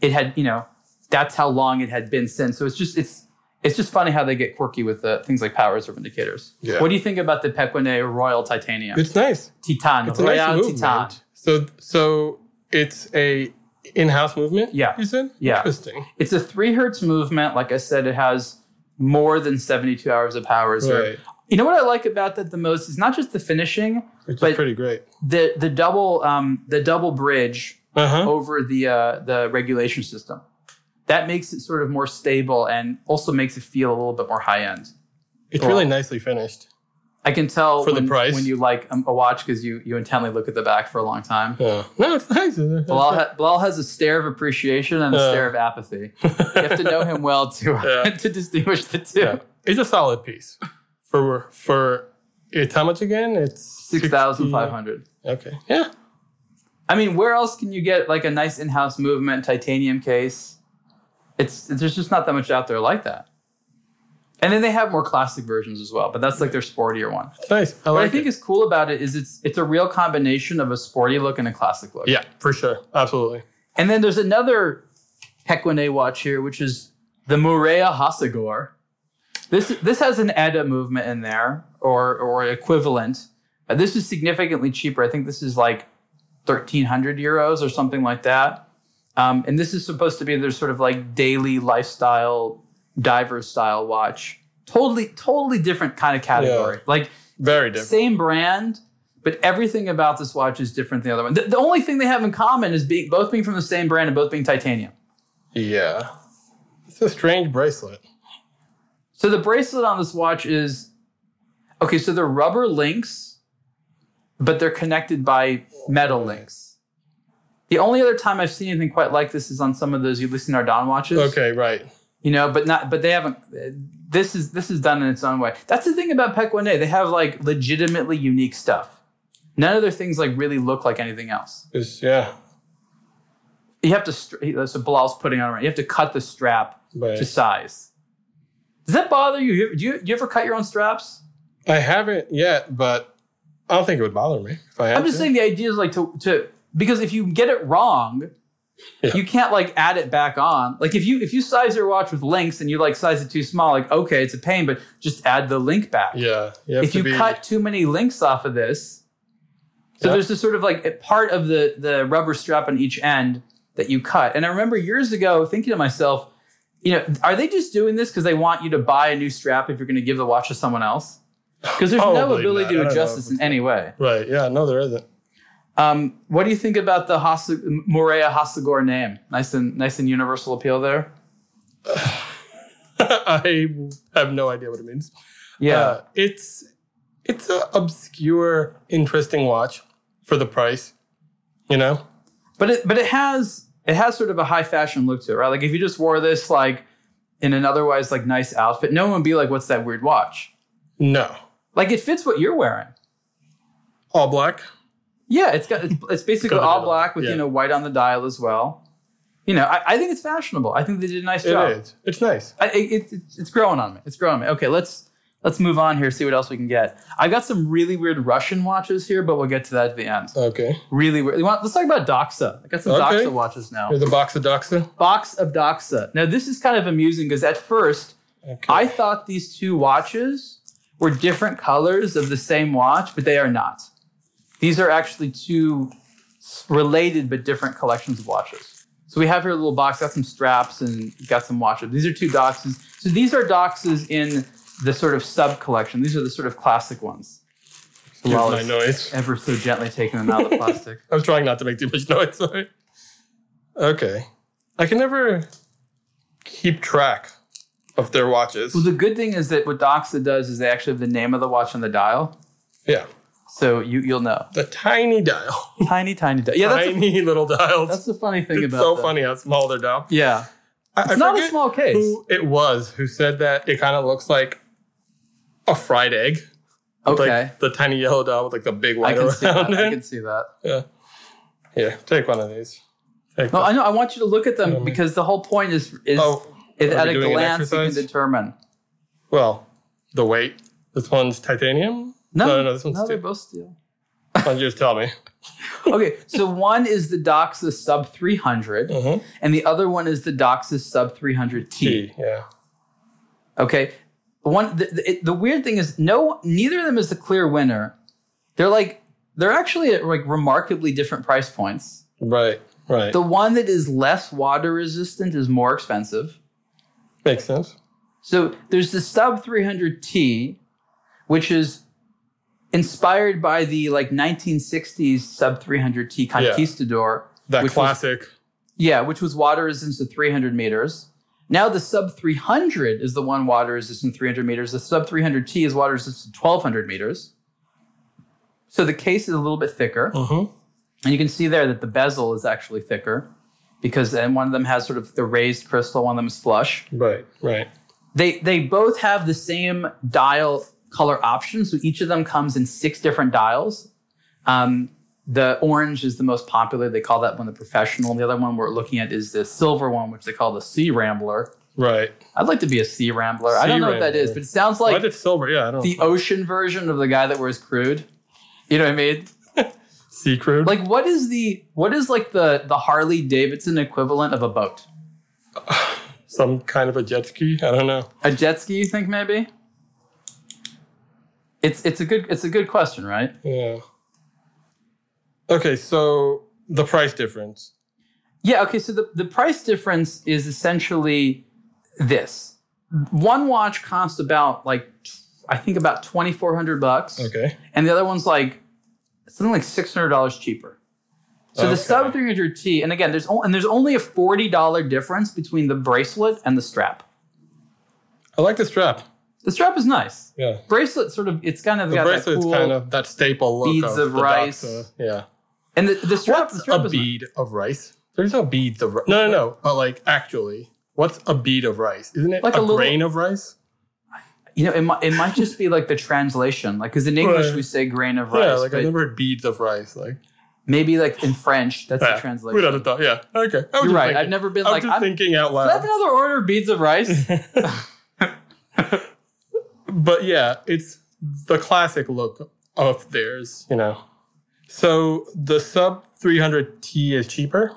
S2: It had, you know, that's how long it had been since. So it's just, it's, it's just funny how they get quirky with the things like power reserve indicators.
S3: Yeah.
S2: What do you think about the Pequene Royal Titanium?
S3: It's nice.
S2: Titan,
S3: It's a
S2: Royal
S3: nice movement.
S2: Titan.
S3: So, so it's a in-house movement.
S2: Yeah.
S3: you said.
S2: Yeah.
S3: Interesting.
S2: It's a three hertz movement. Like I said, it has more than 72 hours of power reserve.
S3: Right,
S2: You know what I like about that the most is not just the finishing,
S3: which
S2: But-
S3: is pretty great.
S2: the, the double, um, the double bridge
S3: Uh huh.
S2: over the uh, the regulation system. That makes it sort of more stable and also makes it feel a little bit more high end.
S3: It's really nicely finished.
S2: I can tell
S3: For the
S2: when,
S3: price.
S2: when you like um, a watch because you you intently look at the back for a long time.
S3: Yeah. No, it's nice. It's
S2: Bilal, ha- Bilal has a stare of appreciation and a
S3: Yeah.
S2: stare of apathy. You have to know him well to
S3: Yeah.
S2: to distinguish the two.
S3: yeah. It's a solid piece. For for it's how much again? It's
S2: Six thousand five hundred.
S3: 60. Okay. Yeah.
S2: I mean, where else can you get like a nice in-house movement titanium case? It's there's just not that much out there like that. And then they have more classic versions as well, but that's like their sportier one.
S3: It's nice. I
S2: What
S3: like
S2: I think
S3: it.
S2: is cool about it is it's it's a real combination of a sporty look and a classic look.
S3: yeah, for sure. Absolutely.
S2: And then there's another Pequene watch here, which is the Murea Hasagor. This this has an EDA movement in there or or equivalent. Uh, this is significantly cheaper. I think this is like 1,300 euros or something like that. Um, and this is supposed to be their sort of like daily lifestyle diver style watch. Totally, totally different kind of category. Like
S3: Very different.
S2: same brand, but everything about this watch is different than the other one. The, the only thing they have in common is being both being from the same brand and both being titanium.
S3: Yeah. It's a strange bracelet.
S2: So the bracelet on this watch is okay. So they're rubber links, but they're connected by metal links. The only other time I've seen anything quite like this is on some of those Ulysses Nardon watches.
S3: Okay, right.
S2: you know, but not, but they haven't. This is this is done in its own way. That's the thing about Pequenet. They have like legitimately unique stuff. None of their things like really look like anything else.
S3: It's, yeah.
S2: you have to str- he- so Bilal's putting on right. You have to cut the strap
S3: But
S2: to size. Does that bother you? You- Do you, do you ever cut your own straps?
S3: I haven't yet, but I don't think it would bother me if I had
S2: I'm just
S3: to.
S2: saying the idea is like to to because if you get it wrong,
S3: Yeah.
S2: you can't like add it back on. Like if you if you size your watch with links and you like size it too small, like okay, it's a pain, but just add the link back.
S3: Yeah. You have
S2: if
S3: to
S2: you
S3: be,
S2: cut too many links off of this, so
S3: Yeah.
S2: there's this sort of like a part of the the rubber strap on each end that you cut. And I remember years ago thinking to myself, you know, are they just doing this because they want you to buy a new strap if you're going to give the watch to someone else? Because there's no
S3: Probably
S2: ability
S3: not. I
S2: to
S3: don't
S2: adjust
S3: know
S2: this
S3: if
S2: in any way.
S3: Right. Yeah. No, there isn't.
S2: Um, what do you think about the Has- Morea Hasagor name? Nice and nice and universal appeal there.
S3: I have no idea what it means.
S2: Yeah,
S3: Uh, it's it's an obscure, interesting watch for the price. You know.
S2: but it but it has it has sort of a high fashion look to it, right? Like if you just wore this like in an otherwise like nice outfit, no one would be like, "What's that weird watch?"
S3: No.
S2: Like it fits what you're wearing.
S3: All black.
S2: Yeah, it's got it's, it's basically
S3: Got a bit
S2: all
S3: of-
S2: black with
S3: yeah.
S2: you know white on the dial as well. You know, I, I think it's fashionable. I think they did a nice
S3: It is.
S2: job.
S3: It's nice.
S2: I, it, it, it's growing on me. It's growing on me. Okay, let's Let's move on here, see what else we can get. I've got some really weird Russian watches here, but we'll get to that at the end.
S3: Okay.
S2: Really weird. You want- Let's talk about Doxa. I got some
S3: Okay.
S2: Doxa watches now.
S3: Here's a box of Doxa.
S2: Box of Doxa. Now, this is kind of amusing because at first,
S3: Okay.
S2: I thought these two watches were different colors of the same watch, but they are not. These are actually two s- related but different collections of watches. So we have here a little box, got some straps and got some watches. These are two doxes. So these are doxes in the sort of sub collection. These are the sort of classic ones. So
S3: Excuse
S2: while
S3: my
S2: it's
S3: noise.
S2: ever so gently taking them out of the plastic.
S3: I was trying not to make too much noise. Sorry. Okay. I can never keep track of their watches.
S2: Well, the good thing is that what Doxa does is they actually have the name of the watch on the dial.
S3: Yeah.
S2: So you, you'll know.
S3: The tiny dial.
S2: Tiny, tiny dial. Yeah, that's,
S3: tiny little dials.
S2: that's the funny thing
S3: it's
S2: about
S3: so
S2: them.
S3: funny how small their dial.
S2: Yeah.
S3: I,
S2: It's
S3: I
S2: not a
S3: forget
S2: small case.
S3: Who it was who said that it kind of looks like a fried egg. With,
S2: okay.
S3: Like the tiny yellow dial with like the big
S2: I
S3: white
S2: can
S3: around
S2: see that. I
S3: it.
S2: can see that.
S3: Yeah. Here, take one of these. Take
S2: No,
S3: this.
S2: I know. I want you to look at
S3: Yeah,
S2: them
S3: man.
S2: because the whole point is is,
S3: oh,
S2: is
S3: are
S2: at
S3: we
S2: a
S3: doing an
S2: glance you can
S3: exercise?
S2: determine.
S3: well, the weight. This one's titanium.
S2: No,
S3: no, no, this one's
S2: they're
S3: steel.
S2: both steel.
S3: Why don't you just tell me?
S2: okay, so one is the Doxa Sub 300,
S3: hmm
S2: and the other one is the Doxa Sub 300T.
S3: T. Yeah.
S2: Okay. One the, the, it- the weird thing is no neither of them is the clear winner. They're like they're actually at like remarkably different price points.
S3: Right. Right.
S2: The one that is less water resistant is more expensive.
S3: Makes sense.
S2: So there's the sub 300T which is inspired by the like 1960s sub 300T Conquistador.
S3: That
S2: which was-
S3: classic.
S2: yeah, which was water resistant to 300 meters. Now the sub 300 is the one water resistant 300 meters. The sub 300T is water resistant to 1200 meters. So the case is a little bit thicker,
S3: Mhm.
S2: and you can see there that the bezel is actually thicker because and one of them has sort of the raised crystal, one of them is flush.
S3: Right. Right.
S2: They they both have the same dial color option, so each of them comes in six different dials. Um, the orange is the most popular. They call that one the professional. The other one we're looking at is the silver one, which they call the Sea Rambler.
S3: Right.
S2: I'd like to be a Sea Rambler. I
S3: Sea
S2: don't know what that is,
S3: Rambler.
S2: but it sounds
S3: Why
S2: like
S3: did silver? Yeah. I don't.
S2: the ocean version of the guy that wears crude. You know what I mean?
S3: sea crude.
S2: Like, what is the what is like the the Harley Davidson equivalent of a boat?
S3: some kind of a jet ski. I don't know.
S2: A jet ski? You think maybe? It's it's a good it's a good question, right?
S3: Yeah. Okay, so the price difference.
S2: Yeah, okay, so the, the price difference is essentially this. One watch costs about like t- I think about 2400 bucks
S3: Okay.
S2: and the other one's like something like $600 cheaper. So the
S3: Okay.
S2: sub 300T and again there's only, and there's only a $40 difference between the bracelet and the strap.
S3: I like the strap.
S2: The strap is nice.
S3: Yeah.
S2: Bracelet sort of it's kind of
S3: The
S2: got that
S3: bracelet's
S2: cool
S3: kind of that staple look
S2: beads
S3: of,
S2: of
S3: the
S2: rice.
S3: Doxa. Yeah.
S2: and the, the strap the
S3: What's
S2: strap
S3: a
S2: is nice.
S3: bead of rice? There's no beads of rice. No, no, no. But like actually, what's a bead of rice? Isn't it
S2: Like a
S3: like a,
S2: little-
S3: grain of rice?
S2: You know, it might, it might just be like the translation. Like, because in English
S3: Right.
S2: we say grain of rice.
S3: yeah, like
S2: but-
S3: I never heard beads of rice. Like
S2: Maybe like in French, that's
S3: yeah,
S2: the translation.
S3: We'd have to thought. Yeah. Okay. I was
S2: You're
S3: just
S2: right.
S3: Thinking.
S2: I've never been
S3: I was
S2: like,
S3: just
S2: I'm, is
S3: thinking out
S2: that
S3: loud.
S2: another order of beads of rice?
S3: but yeah, it's the classic look of theirs, you know. So the sub 300T is cheaper.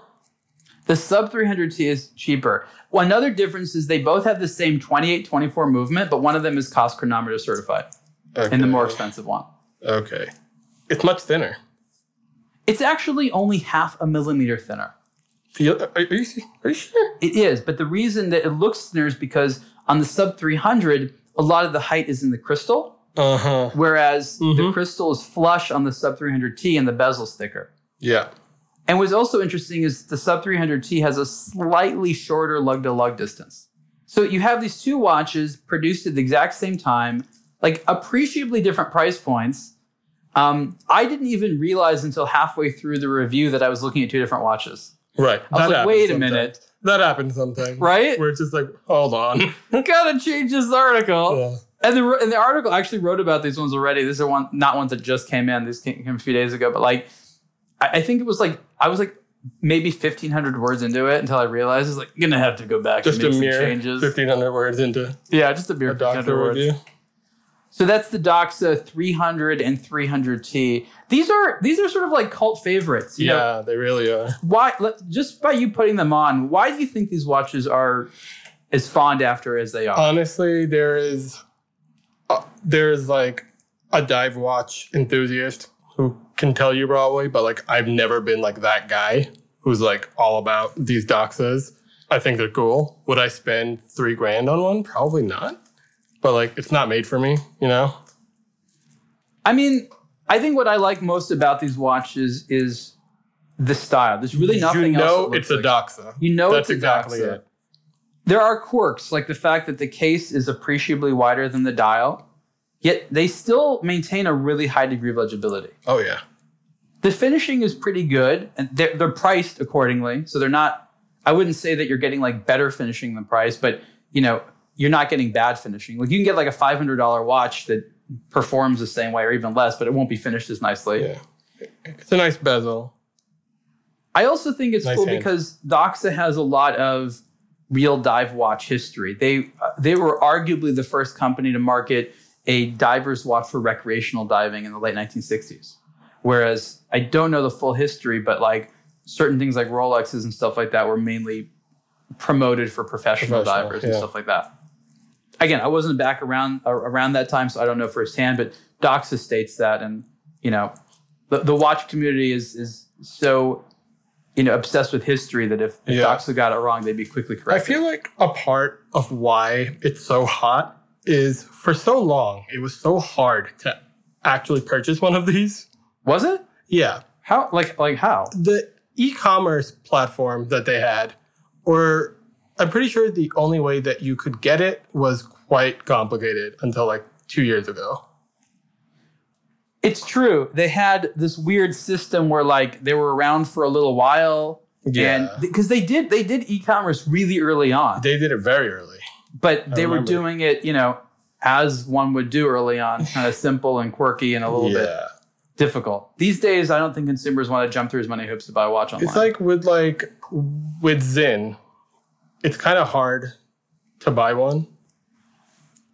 S2: the sub 300T is cheaper. Well, another difference is they both have the same 28 24 movement, but one of them is cost chronometer certified
S3: Okay.
S2: and the more expensive one.
S3: Okay. It's much thinner.
S2: It's actually only half a millimeter thinner.
S3: The oth- are, are you, se- are you sure?
S2: It is, but the reason that it looks thinner is because on the sub 300, a lot of the height is in the crystal,
S3: Uh huh.
S2: whereas the
S3: Mhm.
S2: crystal is flush on the sub 300T and the bezel's thicker.
S3: Yeah.
S2: And what's also interesting is the sub 300T has a slightly shorter lug to lug distance. So you have these two watches produced at the exact same time, like appreciably different price points. Um, I didn't even realize until halfway through the review that I was looking at two different watches.
S3: Right.
S2: I was like,
S3: happens
S2: wait a
S3: sometimes.
S2: minute,
S3: That happens sometimes.
S2: right?
S3: Where it's just like, hold on.
S2: Gotta change this article.
S3: Yeah.
S2: And the and the article actually wrote about these ones already. These are one not ones that just came in. These came, came a few days ago. But like, I, I think it was like I was like maybe fifteen hundred words into it until I realized it's like gonna have to go back
S3: Just a
S2: and make some
S3: mere
S2: changes.
S3: 1,500 words into
S2: yeah, just a mere
S3: a
S2: fifteen hundred
S3: doctor
S2: words.
S3: review.
S2: So that's the Doxa 300 and 300T. These are these are sort of like cult favorites. you know?
S3: Yeah, they really are.
S2: Why? Let, just by you putting them on, why do you think these watches are as fond after as they are?
S3: Honestly, there is uh, there's like a dive watch enthusiast who can tell you probably, but like I've never been like that guy who's like all about these doxas. I think they're cool. Would I spend three grand on one? Probably not. But like, it's not made for me, you know.
S2: I mean, I think what I like most about these watches is the style. There's really nothing
S3: you
S2: else.
S3: know
S2: that looks
S3: it's a
S2: like-
S3: doxa.
S2: You know,
S3: That's
S2: it's a
S3: exactly
S2: Doxa.
S3: it.
S2: There are quirks, like the fact that the case is appreciably wider than the dial, yet they still maintain a really high degree of legibility.
S3: Oh yeah.
S2: The finishing is pretty good, and they're, they're priced accordingly. So they're not. I wouldn't say that you're getting like better finishing than price, but you know you're not getting bad finishing. Like you can get like a five hundred dollar watch that performs the same way or even less, but it won't be finished as nicely.
S3: Yeah. It's a nice bezel.
S2: I also think it's
S3: Nice
S2: cool
S3: hand.
S2: because Doxa has a lot of real dive watch history. They uh, they were arguably the first company to market a diver's watch for recreational diving in the late 1960s. Whereas I don't know the full history, but like certain things like Rolexes and stuff like that were mainly promoted for professional,
S3: Professional,
S2: divers
S3: yeah.
S2: and stuff like that. Again, I wasn't back around ar- around that time, so I don't know firsthand. But Doxa states that, and you know, the, the watch community is is so you know obsessed with history that if, if
S3: Yeah.
S2: Doxa got it wrong, they'd be quickly
S3: I
S2: corrected.
S3: feel like a part of why it's so hot is for so long it was so hard to actually purchase one of these.
S2: Was it
S3: Yeah,
S2: how like like how?
S3: the e-commerce platform that they had, or I'm pretty sure the only way that you could get it was quite complicated until like two years ago.
S2: It's true. They had this weird system where like they were around for a little while,
S3: Yeah,
S2: and because they did they did e-commerce really early on.
S3: they did it very early.
S2: but
S3: I
S2: they were
S3: remember.
S2: doing it, you know, as one would do early on, kind of simple and quirky and a little bit
S3: yeah,
S2: difficult. These days, I don't think consumers want to jump through as many hoops to buy a watch online.
S3: it's like with like with Zin, it's kind of hard to buy one,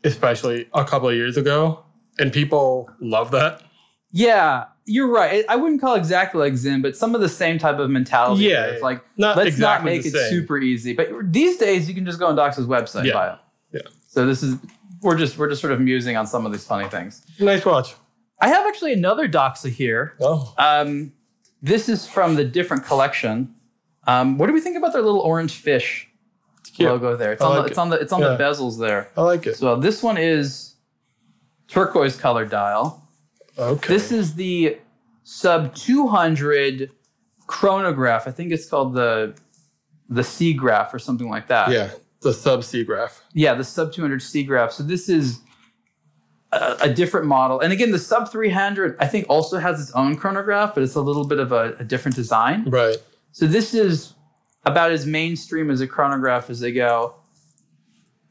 S3: especially a couple of years ago, and people love that.
S2: yeah, you're right. I I wouldn't call it exactly like Zen, but some of the same type of mentality.
S3: Yeah,
S2: where it's
S3: yeah.
S2: like
S3: Not
S2: let's not
S3: exactly
S2: make
S3: the
S2: it
S3: same.
S2: super easy. But these days, you can just go on Dox's website and
S3: Yeah.
S2: buy it.
S3: Yeah.
S2: So this is we're just we're just sort of musing on some of these funny things.
S3: Nice watch.
S2: I have actually another Doxa here.
S3: Oh,
S2: Um, this is from the different collection. Um, what do we think about their little orange fish
S3: cute.
S2: logo there? It's
S3: I
S2: on,
S3: like
S2: the,
S3: it.
S2: it's on the it's on
S3: Yeah.
S2: the bezels there.
S3: I like it.
S2: So this one is turquoise color dial.
S3: Okay.
S2: This is the sub 200 chronograph. I think it's called the the C graph or something like that.
S3: yeah, the sub C graph.
S2: Yeah, the sub 200 C graph. So this is a, a different model. And again, the sub 300 I think also has its own chronograph, but it's a little bit of a, a different design.
S3: Right.
S2: So this is about as mainstream as a chronograph as they go.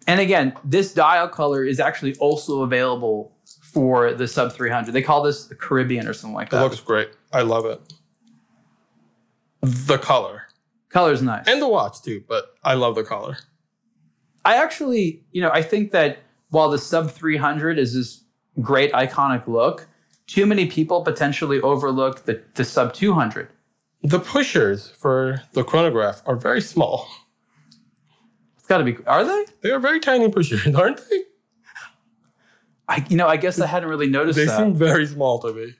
S2: And again, this dial color is actually also available for the sub 300. They call this the Caribbean or something like
S3: It
S2: that.
S3: looks great. I love it. The color
S2: Color's nice.
S3: and the watch too, but I love the color.
S2: I actually, you know, I think that while the sub 300 is this great iconic look, too many people potentially overlook the, the sub 200.
S3: The pushers for the chronograph are very small.
S2: It's got to be, are they?
S3: They are very tiny pushers, aren't they?
S2: I, you know, I guess I hadn't really noticed
S3: They
S2: that.
S3: seem very small to me.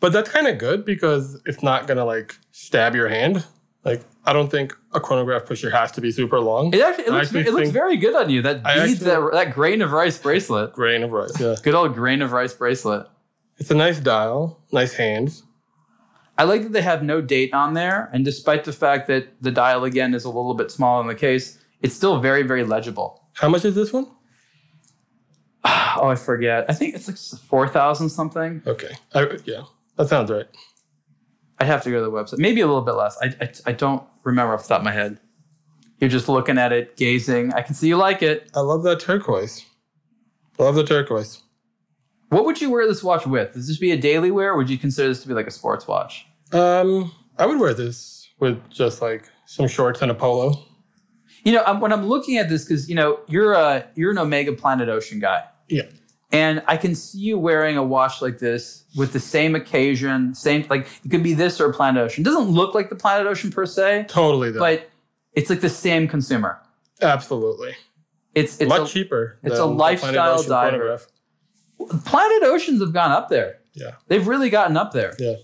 S3: But that's kind of good because it's not gonna like stab your hand. Like I don't think a chronograph pusher has to be super long.
S2: it actually, it
S3: I
S2: looks,
S3: actually
S2: it looks
S3: think-
S2: very good on you. That
S3: I
S2: beads, that,
S3: actually-
S2: that grain of rice bracelet.
S3: Grain of rice. Yeah,
S2: Good old grain of rice bracelet.
S3: it's a nice dial, nice hands.
S2: I like that they have no date on there, and despite the fact that the dial again is a little bit small in the case, it's still very, very legible.
S3: How much is this one?
S2: Oh, I forget. I think it's like four thousand something.
S3: Okay, I, yeah, that sounds right.
S2: I'd have to go to the website. Maybe a little bit less. I, I, I don't remember off the top of my head. You're just looking at it, gazing. I can see you like it.
S3: I love that turquoise. Love the turquoise.
S2: What would you wear this watch with? Does this be a daily wear? Or would you consider this to be like a sports watch?
S3: Um, I would wear this with just like some shorts and a polo.
S2: You know, I'm, when I'm looking at this, because you know, you're a you're an Omega Planet Ocean guy.
S3: Yeah.
S2: And I can see you wearing a watch like this with the same occasion, same like it could be this or Planet Ocean. It doesn't look like the Planet Ocean per se,
S3: Totally though.
S2: but it's like the same consumer.
S3: Absolutely.
S2: It's it's
S3: a lot
S2: a,
S3: cheaper.
S2: it's a
S3: than the Planet
S2: lifestyle
S3: Ocean
S2: diver.
S3: photograph.
S2: Planet Oceans have gone up there.
S3: Yeah.
S2: They've really gotten up there.
S3: Yeah.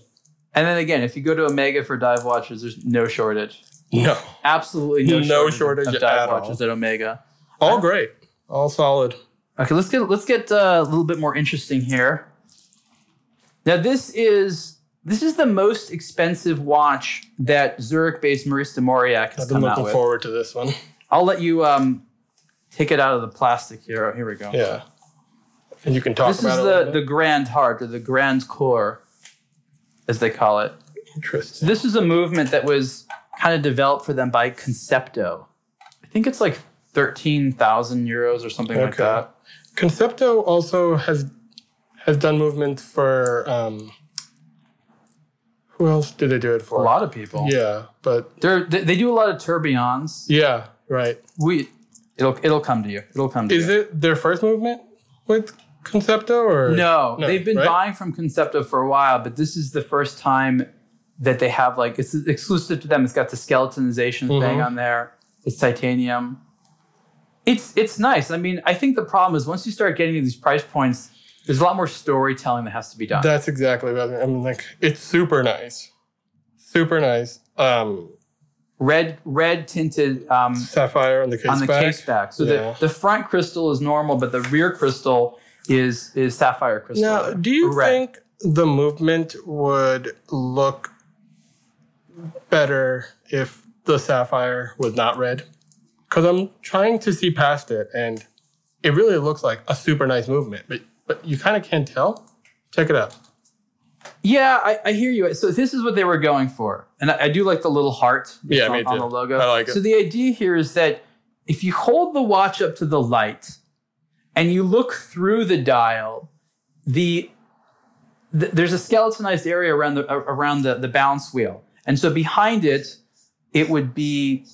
S2: And then again, if you go to Omega for dive watches, there's no shortage.
S3: No.
S2: Absolutely no,
S3: No
S2: shortage,
S3: shortage
S2: of dive
S3: at all.
S2: watches at Omega.
S3: All great. All solid.
S2: Okay, let's get let's get uh, a little bit more interesting here. Now this is this is the most expensive watch that Zurich-based Marista Moriak has
S3: I've been
S2: come out
S3: looking
S2: with.
S3: forward to this one.
S2: I'll let you um, take it out of the plastic here. Oh, here we go.
S3: Yeah. And you can talk
S2: this is
S3: about it. a
S2: the
S3: little
S2: the
S3: bit.
S2: Grand Heart or the Grand Core, as they call it.
S3: Interesting.
S2: This is a movement that was kind of developed for them by Concepto. I think it's like thirteen thousand euros or something like
S3: Okay.
S2: that.
S3: Concepto also has has done movement for um who else did they do it
S2: A
S3: for?
S2: lot of people.
S3: Yeah, but
S2: They're, they they do a lot of tourbillons.
S3: yeah, right.
S2: We it'll it'll come to you. It'll come to
S3: Is
S2: you.
S3: it their first movement with Concepto or
S2: No,
S3: No,
S2: they've been
S3: right?
S2: buying from Concepto for a while, but this is the first time that they have like it's exclusive to them. It's got the skeletonization thing
S3: Mhm.
S2: on there. It's titanium. It's it's nice. I mean, I think the problem is once you start getting to these price points, there's a lot more storytelling that has to be done.
S3: That's exactly what I mean. I mean, like it's super nice, super nice. Um,
S2: red red tinted um,
S3: sapphire on the case
S2: on the
S3: back.
S2: case back. So
S3: Yeah.
S2: the, the front crystal is normal, but the rear crystal is is sapphire crystal.
S3: Now, do you
S2: Red.
S3: think the movement would look better if the sapphire was not red? Because I'm trying to see past it, and it really looks like a super nice movement, but but you kind of can't tell. Check it out.
S2: Yeah, I, I hear you. So this is what they were going for, and I, I do like the little heart that's
S3: Yeah,
S2: on,
S3: me
S2: on
S3: too.
S2: the logo.
S3: I like it.
S2: So the idea here is that if you hold the watch up to the light and you look through the dial, the, th- there's a skeletonized area around the around the, the balance wheel, and so behind it, it would be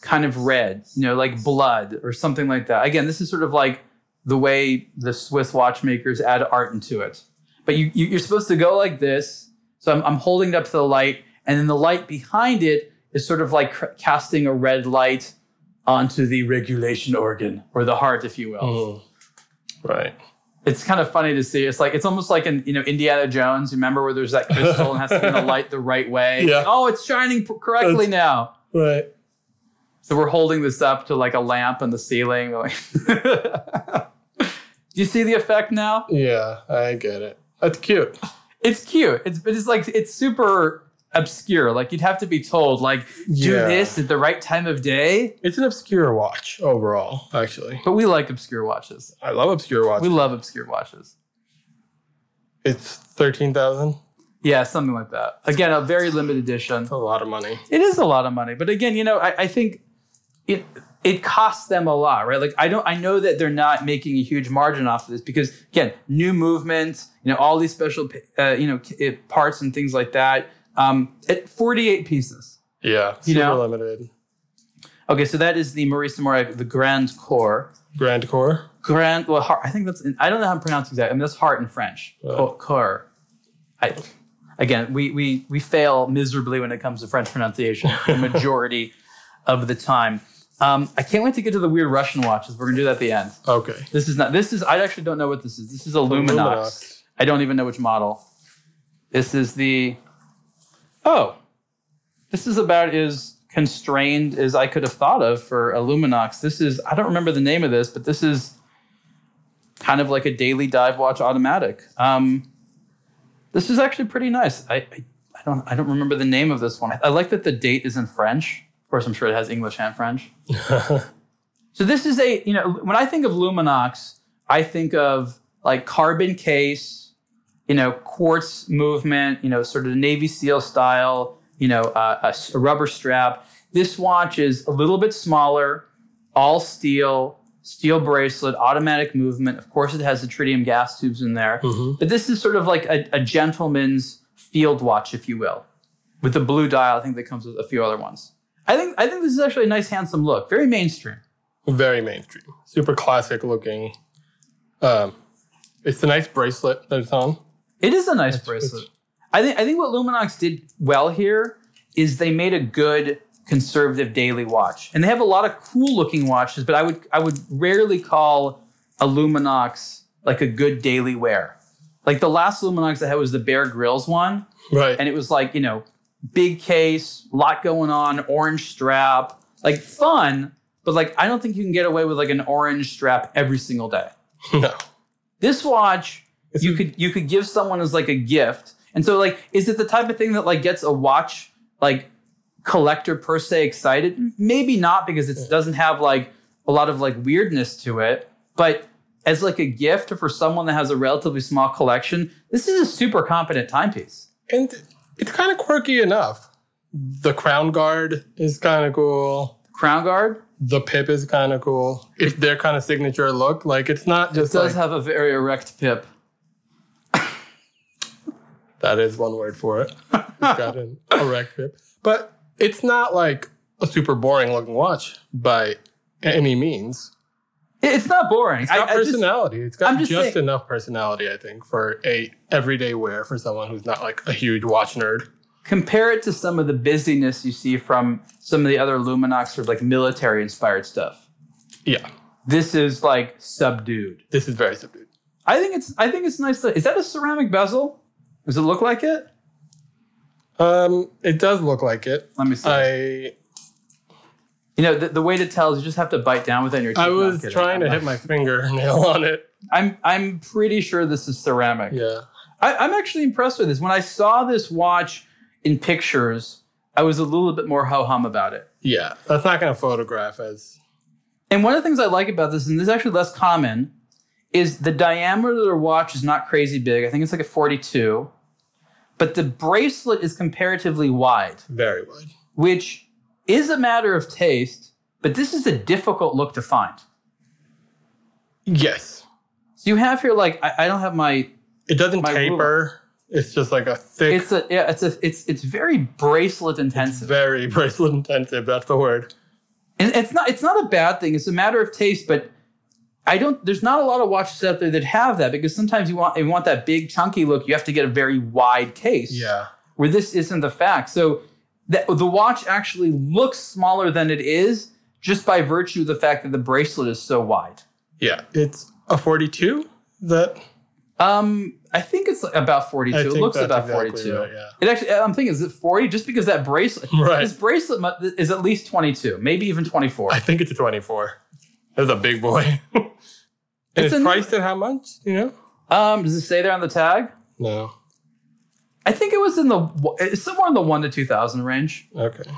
S2: kind of red, you know, like blood or something like that. Again, this is sort of like the way the Swiss watchmakers add art into it. But you, you you're supposed to go like this. So I'm, I'm holding it up to the light, and then the light behind it is sort of like cr- casting a red light onto the regulation organ or the heart, if you will.
S3: Mm-hmm. Right.
S2: It's kind of funny to see. It's like it's almost like in you know Indiana Jones. You Remember where there's that crystal and has to be the light the right way.
S3: Yeah.
S2: Oh, it's shining p- correctly
S3: That's-
S2: now.
S3: Right.
S2: So we're holding this up to like a lamp on the ceiling. We're like Do you see the effect now?
S3: Yeah, I get it. That's cute.
S2: It's cute. It's but it's like it's super obscure. Like you'd have to be told, like, do
S3: Yeah.
S2: this at the right time of day.
S3: It's an obscure watch overall, actually.
S2: But we like obscure watches.
S3: I love obscure watches.
S2: We love obscure watches.
S3: it's 13,000.
S2: Yeah, something like that. Again, a very limited edition.
S3: That's a lot of money.
S2: It is a lot of money, but again, you know, I, I think it it costs them a lot, right? Like I don't, I know that they're not making a huge margin off of this because again, new movements, you know, all these special, uh, you know, k- it, parts and things like that. Um, at forty eight pieces.
S3: Yeah.
S2: You
S3: Super
S2: know?
S3: limited.
S2: Okay, so that is the Maurice de Moray, the Grand Corps.
S3: Grand Core.
S2: Grand, well, heart, I think that's. In, I don't know how to pronounce it exactly. I mean, that's heart in French.
S3: Yeah.
S2: Co- Cor. I, again, we, we we fail miserably when it comes to French pronunciation the majority of the time. Um, I can't wait to get to the weird Russian watches. We're gonna do that at the end.
S3: Okay.
S2: This is not. This is. I actually don't know what this is. This is a Luminox.
S3: Luminox.
S2: I don't even know which model. This is the. Oh, this is about as constrained as I could have thought of for a Luminox. This is. I don't remember the name of this, but this is kind of like a daily dive watch automatic. Um, this is actually pretty nice. I, I, I don't. I don't remember the name of this one. I, I like that the date is in French. Of course, I'm sure it has English and French.
S3: Mm-hmm.
S2: So this is a, you know, when I think of Luminox, I think of like carbon case, you know, quartz movement, you know, sort of Navy SEAL style, you know, uh, a s- a rubber strap. This watch is a little bit smaller, all steel, steel bracelet, automatic movement. Of course, it has the tritium gas tubes in there,
S3: Mhm.
S2: but this is sort of like a, a gentleman's field watch, if you will, with the blue dial. I think that comes with a few other ones. I think I think this is actually a nice, handsome look, very mainstream.
S3: Very mainstream. Super classic looking. Um, It's a nice bracelet that it's on.
S2: It is a nice bracelet. I think I think what Luminox did well here is they made a good conservative daily watch, and they have a lot of cool looking watches. But I would I would rarely call a Luminox like a good daily wear. Like the last Luminox I had was the Bear Grylls one,
S3: Right.
S2: and it was like you know big case, lot going on, orange strap, like fun. But like I don't think you can get away with like an orange strap every single day.
S3: no.
S2: This watch
S3: It's
S2: you
S3: a-
S2: could you could give someone as like a gift and so like is it the type of thing that like gets a watch like collector per se excited maybe not because it doesn't have like a lot of like weirdness to it but as like a gift for someone that has a relatively small collection this is a super competent timepiece
S3: and it's kind of quirky enough. The crown guard is kind of cool.
S2: crown guard
S3: The pip is kind of cool. It's their kind of signature look. Like it's not
S2: it
S3: just
S2: does
S3: like-
S2: have a very erect pip
S3: that is one word for it. It's got an erect pip, but it's not like a super boring looking watch by any
S2: It-
S3: means.
S2: it's not boring
S3: It's got
S2: I, I just-
S3: personality. it's got
S2: I'm
S3: just,
S2: just saying-
S3: enough personality, I think, for a everyday wear for someone who's not like a huge watch nerd.
S2: compare it to some of the busyness you see from some of the other luminox sort of like military inspired stuff
S3: Yeah,
S2: this is like subdued.
S3: this is very subdued.
S2: I think it's I think it's nice. that- Is that a ceramic bezel? Does it look like it?
S3: Um, it does look like it.
S2: Let me see.
S3: I
S2: you know, the, the way to tell is you just have to bite down with it. And your
S3: I
S2: teeth. No, I'm
S3: was
S2: kidding.
S3: trying to
S2: I'm
S3: hit
S2: not-
S3: my fingernail on it.
S2: I'm I'm pretty sure this is ceramic.
S3: Yeah.
S2: I, I'm actually impressed with this. When I saw this watch in pictures, I was a little bit more ho hum about it.
S3: Yeah. That's not going to photograph as.
S2: And one of the things I like about this, and this is actually less common, is the diameter of the watch is not crazy big. I think it's like a 42, but the bracelet is comparatively wide.
S3: Very wide.
S2: which is a matter of taste, but this is a difficult look to find.
S3: Yes.
S2: So you have here like I, I don't have my
S3: It doesn't
S2: My
S3: taper. It's just like a thick,
S2: it's a yeah, it's a it's it's very bracelet intensive.
S3: very bracelet intensive. That's the word.
S2: and it's not it's not a bad thing, it's a matter of taste, but I don't there's not a lot of watches out there that have that because sometimes you want you want that big chunky look, you have to get a very wide case.
S3: Yeah.
S2: Where this isn't the fact. So that the watch actually looks smaller than it is just by virtue of the fact that the bracelet is so wide.
S3: Yeah. It's a 42 that
S2: Um, I think it's about 42.
S3: I
S2: It
S3: think
S2: looks
S3: that's
S2: about
S3: exactly
S2: 42.
S3: right, yeah.
S2: It actually, uh, I'm thinking, is it 40? Just because that bracelet,
S3: Right.
S2: this bracelet mu- is at least 22, maybe even 24.
S3: I think it's a 24. That's a big boy. and
S2: It's
S3: it's,
S2: a-
S3: priced at how much? You know?
S2: Um, does it say there on the tag?
S3: No.
S2: I think it was in the it's somewhere in the one to 2,000 range.
S3: Okay.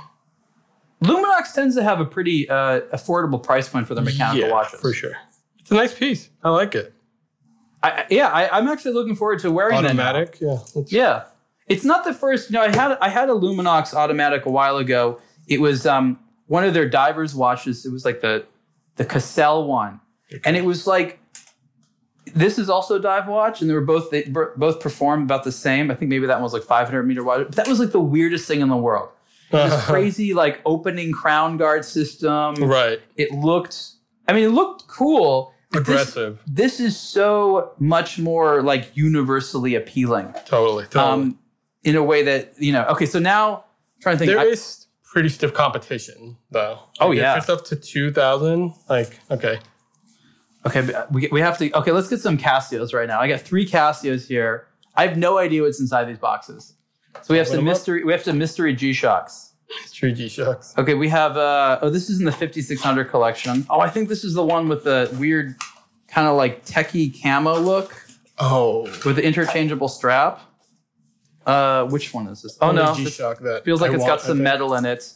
S2: Luminox tends to have a pretty uh, affordable price point for their mechanical
S3: yeah,
S2: watches.
S3: for sure. It's a nice piece. I like it.
S2: I, I- yeah, I, I'm actually looking forward to wearing that. now.
S3: Automatic. Yeah. It's-
S2: Yeah, it's not the first. You know, I had I had a Luminox automatic a while ago. It was um, one of their divers watches. It was like the the Cassell one, and it was like this is also a dive watch, and they were both they br- both performed about the same. I think maybe that one was like 500 meter wide. But that was like the weirdest thing in the world. This crazy like opening crown guard system.
S3: right.
S2: It looked. I mean, it looked cool. but this-
S3: Aggressive.
S2: This is so much more like universally appealing
S3: Totally. Totally.
S2: um, in a way that you know. Okay, so now I'm trying to think.
S3: There is
S2: I-
S3: pretty stiff competition, though.
S2: Oh,
S3: Like,
S2: yeah.
S3: if it's up to two thousand. Like okay,
S2: okay, but we, we have to. Okay, let's get some Casios right now. I got three Casios here. I have no idea what's inside these boxes. So we have
S3: Open
S2: some
S3: them up.
S2: mystery. We have some mystery G shocks.
S3: it's three G shocks.
S2: Okay, we have. Uh, oh, this is in the 5600 collection. Oh, I think this is the one with the weird, kind of like techie camo look
S3: Oh,
S2: with the interchangeable strap. Uh, which one is this? Oh no,
S3: G shock that
S2: Feels like
S3: I
S2: it's
S3: want,
S2: got
S3: I
S2: some
S3: think.
S2: metal in it.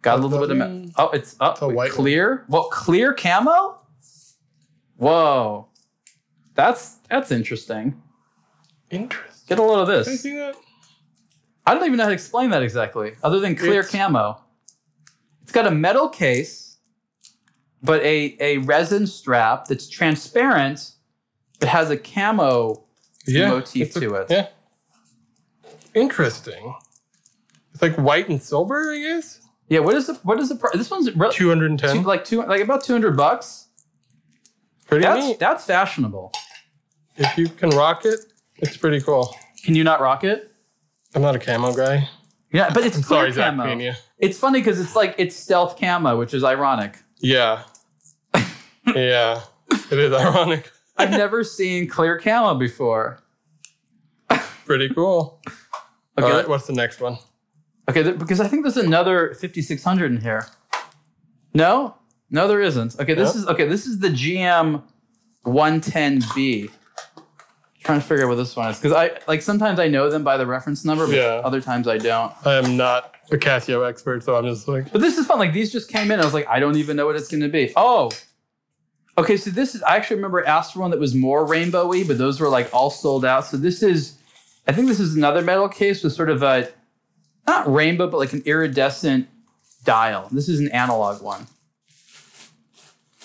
S2: Got a little bit of metal. Oh, it's oh,
S3: a
S2: wait,
S3: white one.
S2: clear. Well, clear camo. Whoa, that's that's interesting.
S3: Interesting.
S2: Get a load of
S3: Can you
S2: this.
S3: see that?
S2: I don't even know how to explain that exactly, other than clear
S3: It's-
S2: camo. It's got a metal case, but a a resin strap that's transparent. It has a camo. motif
S3: it's a-
S2: to it.
S3: Yeah. Interesting. It's like white and silver, I guess.
S2: Yeah, what is the what is the price? This one's re-
S3: Two hundred and
S2: two-
S3: ten.
S2: like two like about two hundred bucks.
S3: Pretty
S2: That's
S3: neat.
S2: that's fashionable.
S3: If you can rock it, it's pretty cool.
S2: Can you not rock it?
S3: I'm not a camo guy.
S2: Yeah, but it's
S3: I'm
S2: clear
S3: sorry, Zach
S2: camo.
S3: Pena.
S2: It's funny because it's like it's stealth camo, which is ironic.
S3: Yeah. yeah. It is ironic.
S2: I've never seen clear camo before.
S3: Pretty cool.
S2: Okay,
S3: All right, what's the next one?
S2: okay, th- because I think there's another 5600 in here. No, no, there isn't. Okay, this
S3: No?
S2: is okay. This is the GM 110B. Trying to figure out what this one is because I like sometimes I know them by the reference number, but
S3: Yeah.
S2: other times I don't.
S3: I am not a Casio expert, so I'm just like,
S2: But this is fun. Like these just came in. I was like, I don't even know what it's going to be. Oh, okay. So this is. I actually remember Astro one that was more rainbowy, but those were like all sold out. So this is. I think this is another metal case with sort of a not rainbow, but like an iridescent dial. This is an analog one.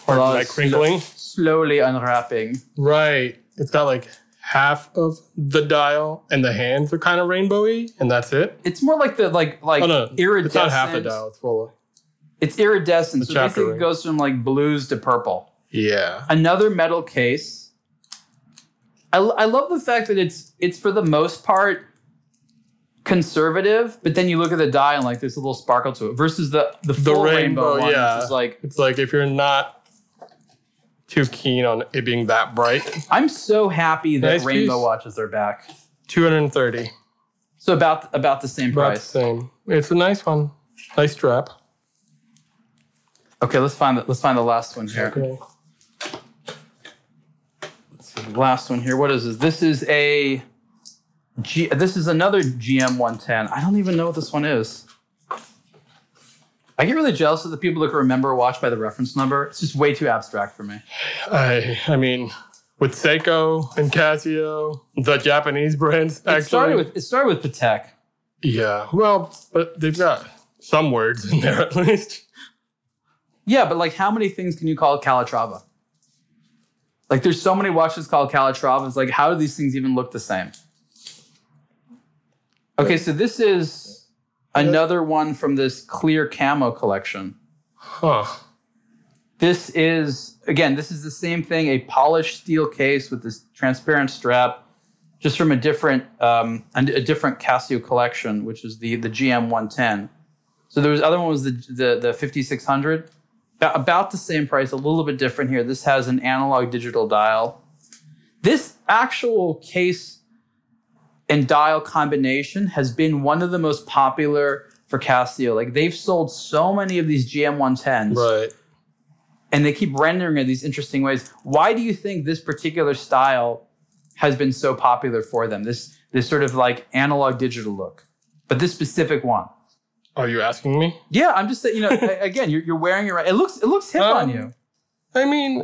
S3: pardon
S2: Well,
S3: my
S2: it's-
S3: crinkling.
S2: Slowly unwrapping.
S3: Right. It's got like half of the dial, and the hands are kind of rainbowy, and that's it.
S2: It's more like the like like
S3: oh no,
S2: iridescent.
S3: it's not half the dial. It's full.
S2: It's iridescent.
S3: The
S2: So
S3: chapter
S2: basically, it
S3: ring.
S2: goes from like blues to purple.
S3: Yeah.
S2: another metal case. I, I love the fact that it's it's for the most part conservative, but then you look at the die and like there's a little sparkle to it versus the the, full rainbow,
S3: rainbow,
S2: one,
S3: yeah.
S2: which is like
S3: It's like if you're not too keen on it being that bright,
S2: I'm so happy that
S3: Nice
S2: rainbow
S3: piece.
S2: watches are back.
S3: 230.
S2: So about about the same
S3: About the
S2: price.
S3: same. It's a nice one. Nice strap.
S2: Okay, let's find the, let's find the last one here.
S3: Okay.
S2: Let's see, the last one here. What is this? This is a G. This is another GM 110. I don't even know what this one is. I get really jealous of the people that can remember watch by the reference number. It's just way too abstract for me.
S3: I I mean, with Seiko and Casio, the Japanese brands
S2: It
S3: actually.
S2: started with it started with Patek.
S3: yeah. Well, but they've got some words in there at least.
S2: Yeah, but like, how many things can you call Calatrava? Like, there's so many watches called Calatrava. It's like, how do these things even look the same? Okay, so this is another one from this clear camo collection.
S3: Huh.
S2: This is again, this is the same thing, a polished steel case with this transparent strap, just from a different um, and a different Casio collection, which is the the GM 110. So there was other one was the the, the 5600, Ba- about the same price, a little bit different here. This has an analog digital dial. This actual case and dial combination has been one of the most popular for Casio. Like they've sold so many of these GM 110s
S3: Right.
S2: and they keep rendering it these interesting ways. Why do you think this particular style has been so popular for them? This this sort of like analog digital look, but this specific one.
S3: Are you asking me?
S2: Yeah, I'm just saying. You know, a- again, you're, you're wearing it right. It looks it looks hip on
S3: Um,
S2: you.
S3: I mean,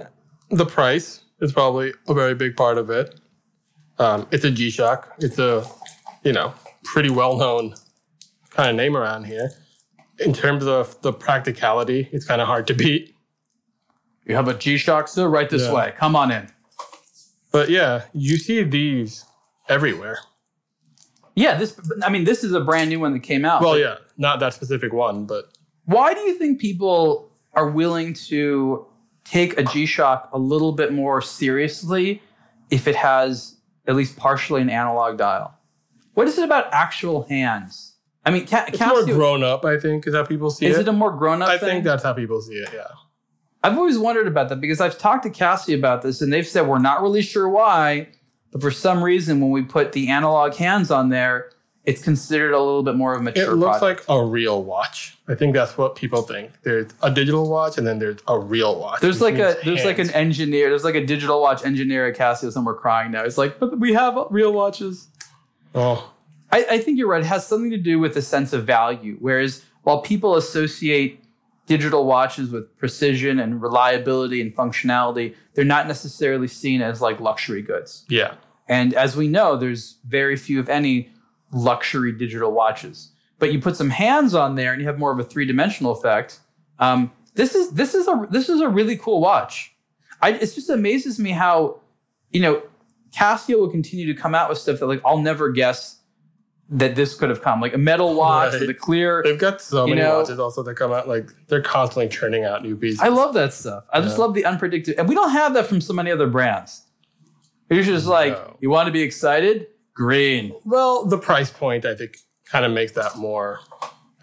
S3: the price is probably a very big part of it. Um, it's a G-Shock. It's a, you know, pretty well-known kind of name around here. In terms of the practicality, it's kind of hard to beat.
S2: You have a G-Shock, sir. Right this
S3: Yeah.
S2: way. Come on in.
S3: But yeah, you see these everywhere.
S2: Yeah, this. I mean, this is a brand new one that came out.
S3: Well, yeah, not that specific one, but
S2: Why do you think people are willing to take a G-Shock a little bit more seriously if it has at least partially an analog dial? What is it about actual hands? I mean, ca-
S3: it's more
S2: Casio,
S3: grown up. I think is how people see
S2: is
S3: it.
S2: it a more grown-up
S3: I
S2: thing?
S3: think that's how people see it. Yeah.
S2: I've always wondered about that because I've talked to Cassie about this, and they've said we're not really sure why, but for some reason, when we put the analog hands on there, it's considered a little bit more of a mature.
S3: It looks
S2: product.
S3: like a real watch. I think that's what people think. There's a digital watch, and then there's a real watch.
S2: There's
S3: which
S2: like a
S3: means
S2: there's like an
S3: hands.
S2: engineer there's like a digital watch engineer at Casio somewhere crying now. It's like, but we have real watches.
S3: oh
S2: I, I think you're right. It has something to do with the sense of value. Whereas while people associate digital watches with precision and reliability and functionality, they're not necessarily seen as like luxury goods.
S3: yeah.
S2: And as we know, there's very few if any luxury digital watches. But you put some hands on there and you have more of a three dimensional effect. Um, this is this is a this is a really cool watch. I, it just amazes me how you know Casio will continue to come out with stuff that like I'll never guess that this could have come like a metal watch
S3: Right.
S2: with a clear.
S3: They've got so
S2: You
S3: many
S2: know-
S3: watches also that come out. Like they're constantly churning out new pieces.
S2: I love that stuff. I just
S3: Yeah.
S2: love the unpredictable, and we don't have that from so many other brands. You're just like,
S3: No.
S2: you want to be excited? Green.
S3: Well, the price point I think kind of makes that more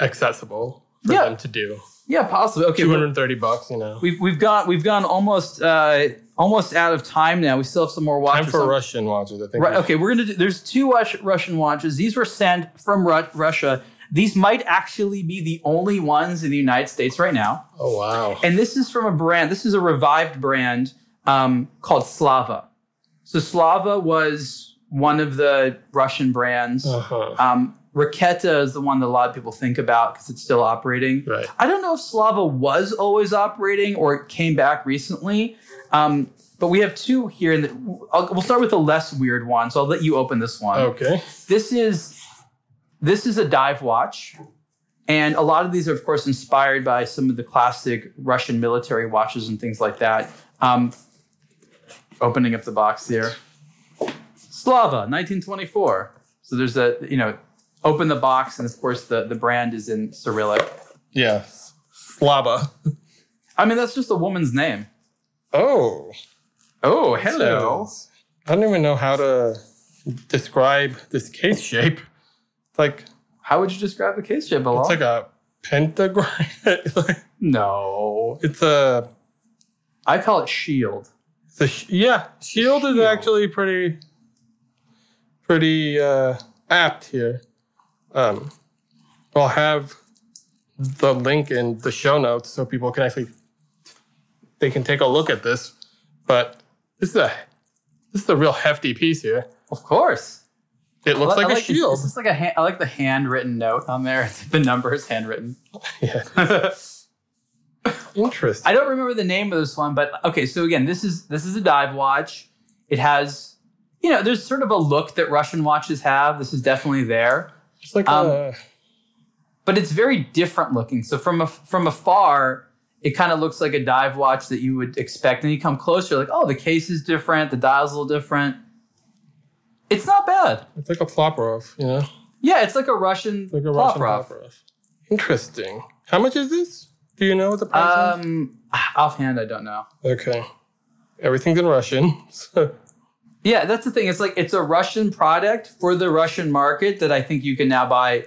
S3: accessible for
S2: Yeah.
S3: them to do.
S2: Yeah, possibly. Okay,
S3: Two
S2: we're-
S3: hundred thirty bucks, you know.
S2: we've we've gone we've gone almost uh, almost out of time now. We still have some more watches.
S3: Time for
S2: on-
S3: Russian watches. I think.
S2: Right, okay, we're gonna do. There's two Rus- Russian watches. These were sent from Ru- Russia. These might actually be the only ones in the United States right now.
S3: Oh wow.
S2: And this is from a brand. This is a revived brand um, called Slava. So Slava was one of the Russian brands.
S3: Uh huh.
S2: Um, Raketa is the one that a lot of people think about because it's still operating.
S3: Right.
S2: I don't know if Slava was always operating or it came back recently. Um, but we have two here, and I'll, we'll start with the less weird one. So I'll let you open this one.
S3: Okay.
S2: This is this is a dive watch, and a lot of these are, of course, inspired by some of the classic Russian military watches and things like that. Um, opening up the box here, Slava, 1924. So there's a you know, open the box, and of course the the brand is in Cyrillic.
S3: Yes. Slava.
S2: I mean, that's just a woman's name.
S3: Oh.
S2: Oh,
S3: I don't even know how to describe this case shape. It's like
S2: How would you describe the case shape, Bilal?
S3: it's like a pentagram. It's like-
S2: no,
S3: it's a
S2: I call it shield.
S3: it's a sh- yeah. Shield, is
S2: Shield.
S3: actually pretty pretty uh, apt here. Um, I'll have the link in the show notes so people can actually they can take a look at this. But this is a this is a real hefty piece here.
S2: Of course.
S3: It looks
S2: I
S3: like, a
S2: this-
S3: shield.
S2: This is like a hand, I like the handwritten note on there. the number is handwritten.
S3: Yeah. Interesting.
S2: I don't remember the name of this one, but okay. So again, this is this is a dive watch. It has, you know, there's sort of a look that Russian watches have. This is definitely there,
S3: It's like
S2: um,
S3: a,
S2: but it's very different looking. So from a, from afar, it kind of looks like a dive watch that you would expect. And you come closer, like, oh, the case is different, the dial's a little different. It's not bad.
S3: it's like a Plopperov, you know, It's
S2: Yeah, it's like a Russian
S3: like a Russian
S2: Proprov.
S3: Plopperov. Interesting. How much is this? Do you know what the price
S2: Um, offhand, I don't know.
S3: is? Okay, everything's in Russian. So,
S2: Yeah, that's the thing. It's like it's a Russian product for the Russian market that I think you can now buy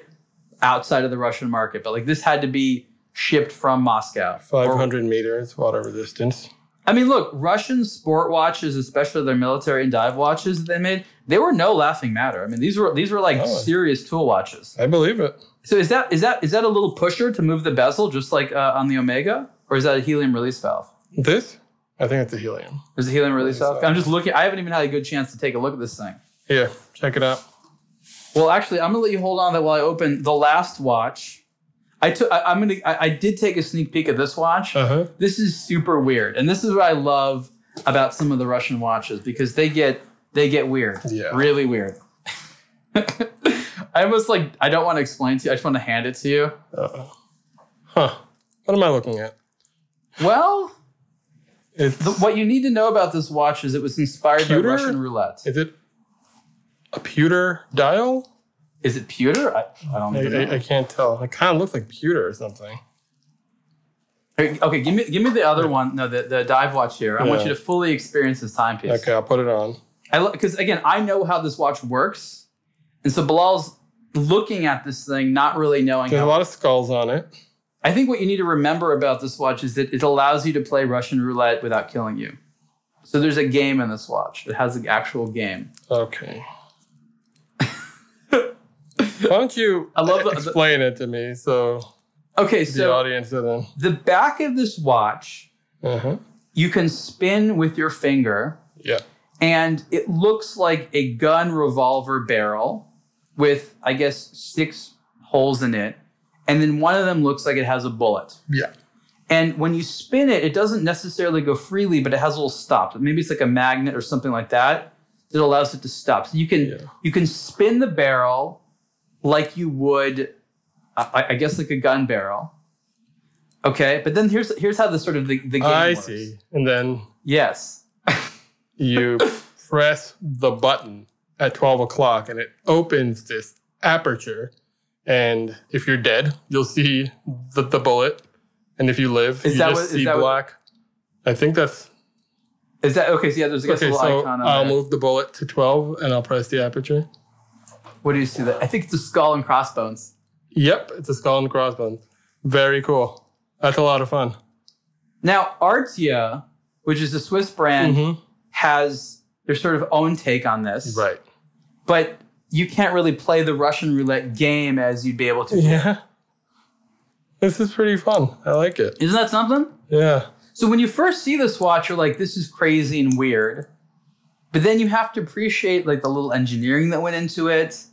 S2: outside of the Russian market. But like this had to be shipped from Moscow.
S3: Five hundred meters water resistance.
S2: I mean, look, Russian sport watches, especially their military and dive watches that they made, they were no laughing matter. I mean, these were these were like
S3: Oh.
S2: serious tool watches.
S3: I believe it.
S2: So is that is that is that a little pusher to move the bezel, just like uh, on the Omega, or is that a helium release valve?
S3: This, I think it's a helium.
S2: Is it helium release valve?
S3: valve.
S2: I'm just looking. I haven't even had a good chance to take a look at this thing.
S3: Here, check it out.
S2: Well, actually, I'm gonna let you hold on to that while I open the last watch. I took. I, I'm gonna. I, I did take a sneak peek at this watch.
S3: Uh huh.
S2: This is super weird, and this is what I love about some of the Russian watches because they get they get weird.
S3: Yeah.
S2: Really weird. I almost like I don't want to explain to you. I just want to hand it to you.
S3: Uh, huh. What am I looking at?
S2: Well,
S3: It's
S2: the, what you need to know about this watch is it was inspired
S3: Pewter?
S2: by Russian roulette.
S3: is it a pewter dial?
S2: Is it pewter? I, I don't
S3: I,
S2: even know.
S3: I, I can't tell. It kind of looks like pewter or something.
S2: Hey, Okay, give me give me the other one. No, the, the dive watch here. I want
S3: Yeah.
S2: you to fully experience this timepiece.
S3: Okay, I'll put it on.
S2: I because again, I know how this watch works, and so Bilal's looking at this thing, not really knowing.
S3: There's a
S2: How,
S3: lot of skulls on it.
S2: I think what you need to remember about this watch is that it allows you to play Russian roulette without killing you. So there's a game in this watch. It has an actual game.
S3: Okay. Why don't you e-,
S2: I love the-
S3: explain it to me so
S2: Okay,
S3: the
S2: so
S3: audience doesn't?
S2: the back of this watch
S3: Uh-huh.
S2: you can spin with your finger,
S3: Yeah.
S2: and it looks like a gun revolver barrel with I guess six holes in it, and then one of them looks like it has a bullet.
S3: Yeah.
S2: And when you spin it, it doesn't necessarily go freely, but it has a little stop. Maybe it's like a magnet or something like that that allows it to stop. So you can
S3: Yeah.
S2: you can spin the barrel like you would, I, I guess, like a gun barrel. Okay, but then here's here's how the sort of the, the game
S3: I
S2: works.
S3: see. And then
S2: Yes,
S3: you press the button at 12 o'clock and it opens this aperture. And if you're dead, you'll see the, the bullet. And if you live,
S2: Is
S3: you
S2: that
S3: just
S2: what- is
S3: see
S2: that what-
S3: black. I think that's
S2: Is that okay? So yeah, there's I guess a
S3: Okay,
S2: little
S3: so
S2: icon
S3: um,
S2: on
S3: I'll
S2: there.
S3: move the bullet to 12 and I'll press the aperture.
S2: What do you see? That I think it's a skull and crossbones.
S3: Yep, it's a skull and crossbones. Very cool. That's a lot of fun.
S2: Now Artia, which is a Swiss brand,
S3: Mhm.
S2: has their sort of own take on this.
S3: Right.
S2: But you can't really play the Russian roulette game as you'd be able to.
S3: Yeah. This is pretty fun. I like it.
S2: Isn't that something?
S3: Yeah.
S2: So when you first see this watch, you're like, this is crazy and weird. But then you have to appreciate like the little engineering that went into it.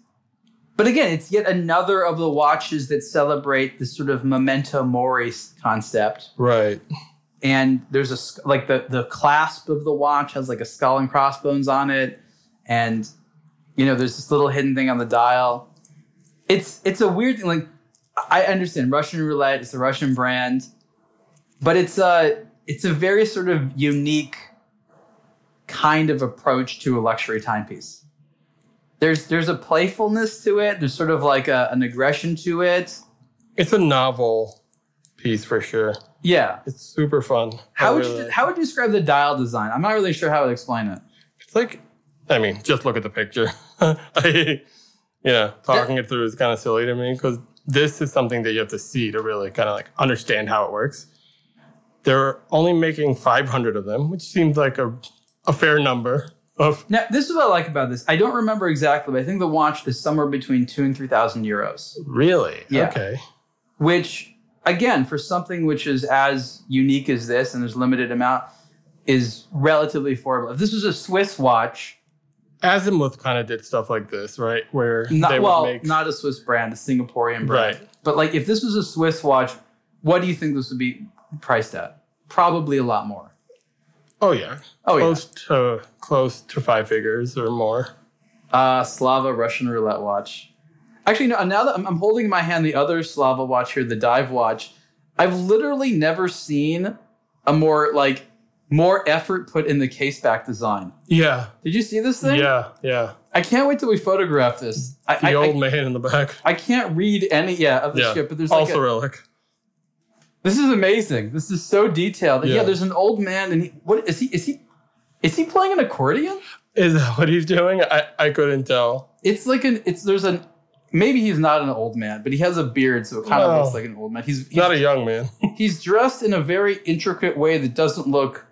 S2: But again, it's yet another of the watches that celebrate this sort of memento mori s- concept.
S3: Right.
S2: And there's a s- like the the clasp of the watch has like a skull and crossbones on it, and you know there's this little hidden thing on the dial. It's it's a weird thing. Like I understand Russian roulette. It's a Russian brand but it's a it's a very sort of unique kind of approach to a luxury timepiece. There's there's a playfulness to it. There's sort of like a, an aggression to it.
S3: It's a novel piece for sure.
S2: Yeah.
S3: It's super fun.
S2: How
S3: I
S2: would
S3: Oh, really-
S2: you how would you describe the dial design? I'm not really sure how to explain it.
S3: It's like, I mean, just look at the picture. I, yeah, talking it through is kind of silly to me because this is something that you have to see to really kind of like understand how it works. They're only making 500 of them, which seems like a, a fair number of.
S2: Now, this is what I like about this. I don't remember exactly, but I think the watch is somewhere between two and three thousand euros.
S3: Really?
S2: Yeah.
S3: Okay.
S2: Which again, for something which is as unique as this and there's limited amount, is relatively affordable. If this was a Swiss watch,
S3: Azimuth kind of did stuff like this, right? Where they
S2: Not,
S3: would
S2: well,
S3: make.
S2: not a Swiss brand, a Singaporean brand.
S3: right.
S2: But like, if this was a Swiss watch, what do you think this would be priced at? Probably a lot more.
S3: Oh, yeah.
S2: Oh yeah,
S3: close to close to five figures or more.
S2: uh, Slava Russian roulette watch. Actually, no. Now that I'm, I'm holding in my hand the other Slava watch here, the dive watch, I've literally never seen a more like more effort put in the case back design.
S3: Yeah.
S2: Did you see this thing?
S3: Yeah. Yeah.
S2: I can't wait till we photograph this. I,
S3: The
S2: I,
S3: old
S2: I,
S3: man in the back.
S2: I can't read any yeah of the
S3: Yeah.
S2: ship, but there's like
S3: Also
S2: a,
S3: relic.
S2: This is amazing. This is so detailed. Yeah,
S3: Yeah.
S2: there's an old man, and he, what is he? Is he? Is he playing an accordion?
S3: Is that what he's doing? I, I couldn't tell.
S2: It's like an. It's there's an. Maybe he's not an old man, but he has a beard, so it kind of
S3: No.
S2: looks like an old man. He's he's,
S3: Not a young man.
S2: he's dressed in a very intricate way that doesn't look.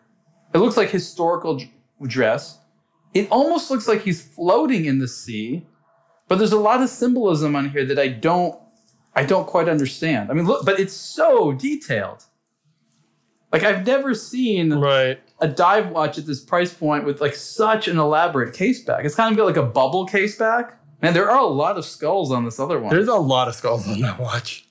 S2: It looks like historical dr- dress. It almost looks like he's floating in the sea, but there's a lot of symbolism on here that I don't. I don't quite understand. I mean, look, but it's so detailed. Like I've never seen.
S3: right.
S2: a dive watch at this price point with like such an elaborate case back. It's kind of got like a bubble case back. Man, there are a lot of skulls on this other one.
S3: There's a lot of skulls on that watch.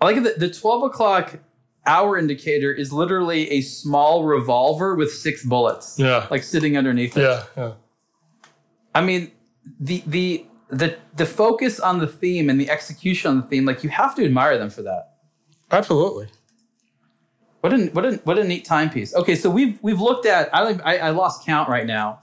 S2: I like that the 12 o'clock hour indicator is literally a small revolver with six bullets,
S3: Yeah.
S2: like sitting underneath it.
S3: yeah. Yeah.
S2: I mean, the the the the focus on the theme and the execution on the theme, like you have to admire them for that.
S3: Absolutely.
S2: What a what a what a neat timepiece. Okay, so we've we've looked at. I don't- I, I lost count right now.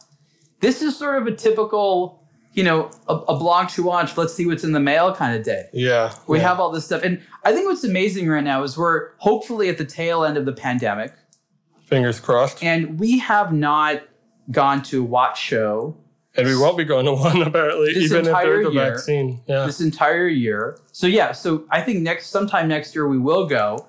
S2: This is sort of a typical, you know, a, a blog to watch. Let's see what's in the mail kind of day.
S3: Yeah.
S2: We
S3: yeah.
S2: have all this stuff, and I think what's amazing right now is we're hopefully at the tail end of the pandemic,
S3: fingers crossed.
S2: and we have not gone to a watch show
S3: And we won't be going to one apparently,
S2: This
S3: even if
S2: entire
S3: there's a
S2: year-
S3: vaccine. Yeah.
S2: this entire year. So yeah, so I think next sometime next year we will go.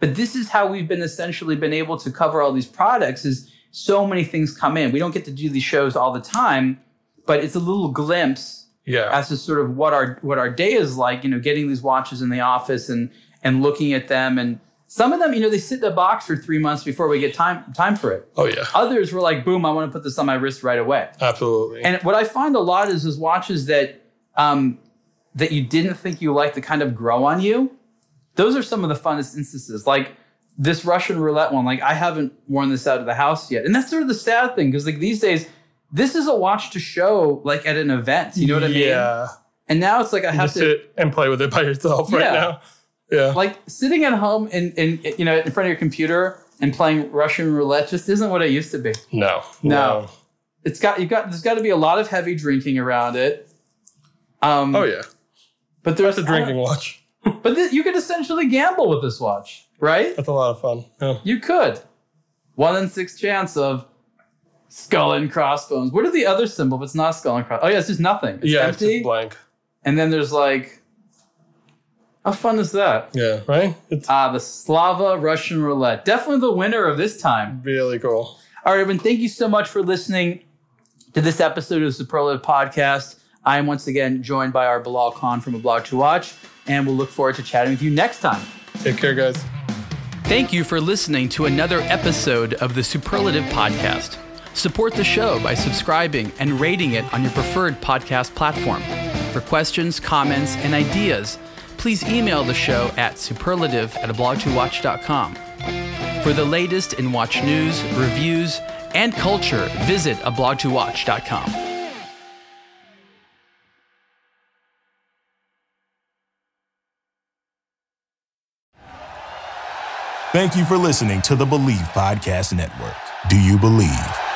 S2: But this is how we've been essentially been able to cover all these products is so many things come in. We don't get to do these shows all the time, but it's a little glimpse
S3: Yeah.
S2: as to sort of what our what our day is like, you know, getting these watches in the office and and looking at them and some of them, you know, they sit in a box for 3 months before we get time time for it.
S3: Oh yeah.
S2: Others were like, "Boom, I want to put this on my wrist right away."
S3: Absolutely.
S2: And what I find a lot is is watches that um, that you didn't think you liked that kind of grow on you. Those are some of the funnest instances. Like this Russian roulette one. Like I haven't worn this out of the house yet, and that's sort of the sad thing because like these days, this is a watch to show like at an event. You know what I mean?
S3: Yeah.
S2: And now it's like I
S3: You
S2: have
S3: just
S2: to
S3: sit and play with it by yourself
S2: Yeah.
S3: right now. Yeah.
S2: like sitting at home and and you know in front of your computer and playing Russian roulette just isn't what it used to be.
S3: No.
S2: No. It's got you have got there's got to be a lot of heavy drinking around it. Um,
S3: Oh yeah.
S2: but there's
S3: That's a drinking watch.
S2: But th- you could essentially gamble with this watch, right?
S3: That's a lot of fun. Yeah.
S2: You could. One in six chance of skull and crossbones. What are the other symbol if it's not skull and cross? Oh yeah, it's just nothing. It's
S3: yeah, it's
S2: empty.
S3: just blank.
S2: and then there's like how fun is that?
S3: Yeah, right? It's
S2: Ah, the Slava Russian roulette. Definitely the winner of this time.
S3: really cool.
S2: All right, everyone, thank you so much for listening to this episode of the Superlative Podcast. I am once again joined by our Bilal Khan from A Blog to Watch, and we'll look forward to chatting with you next time.
S3: Take care, guys.
S2: Thank you for listening to another episode of the Superlative Podcast. Support the show by subscribing and rating it on your preferred podcast platform. For questions, comments, and ideas, please email the show at superlative at ablog2watch.com. For the latest in watch news, reviews, and culture, visit ablog2watch.com.
S1: Thank you for listening to the Believe Podcast Network. Do you believe?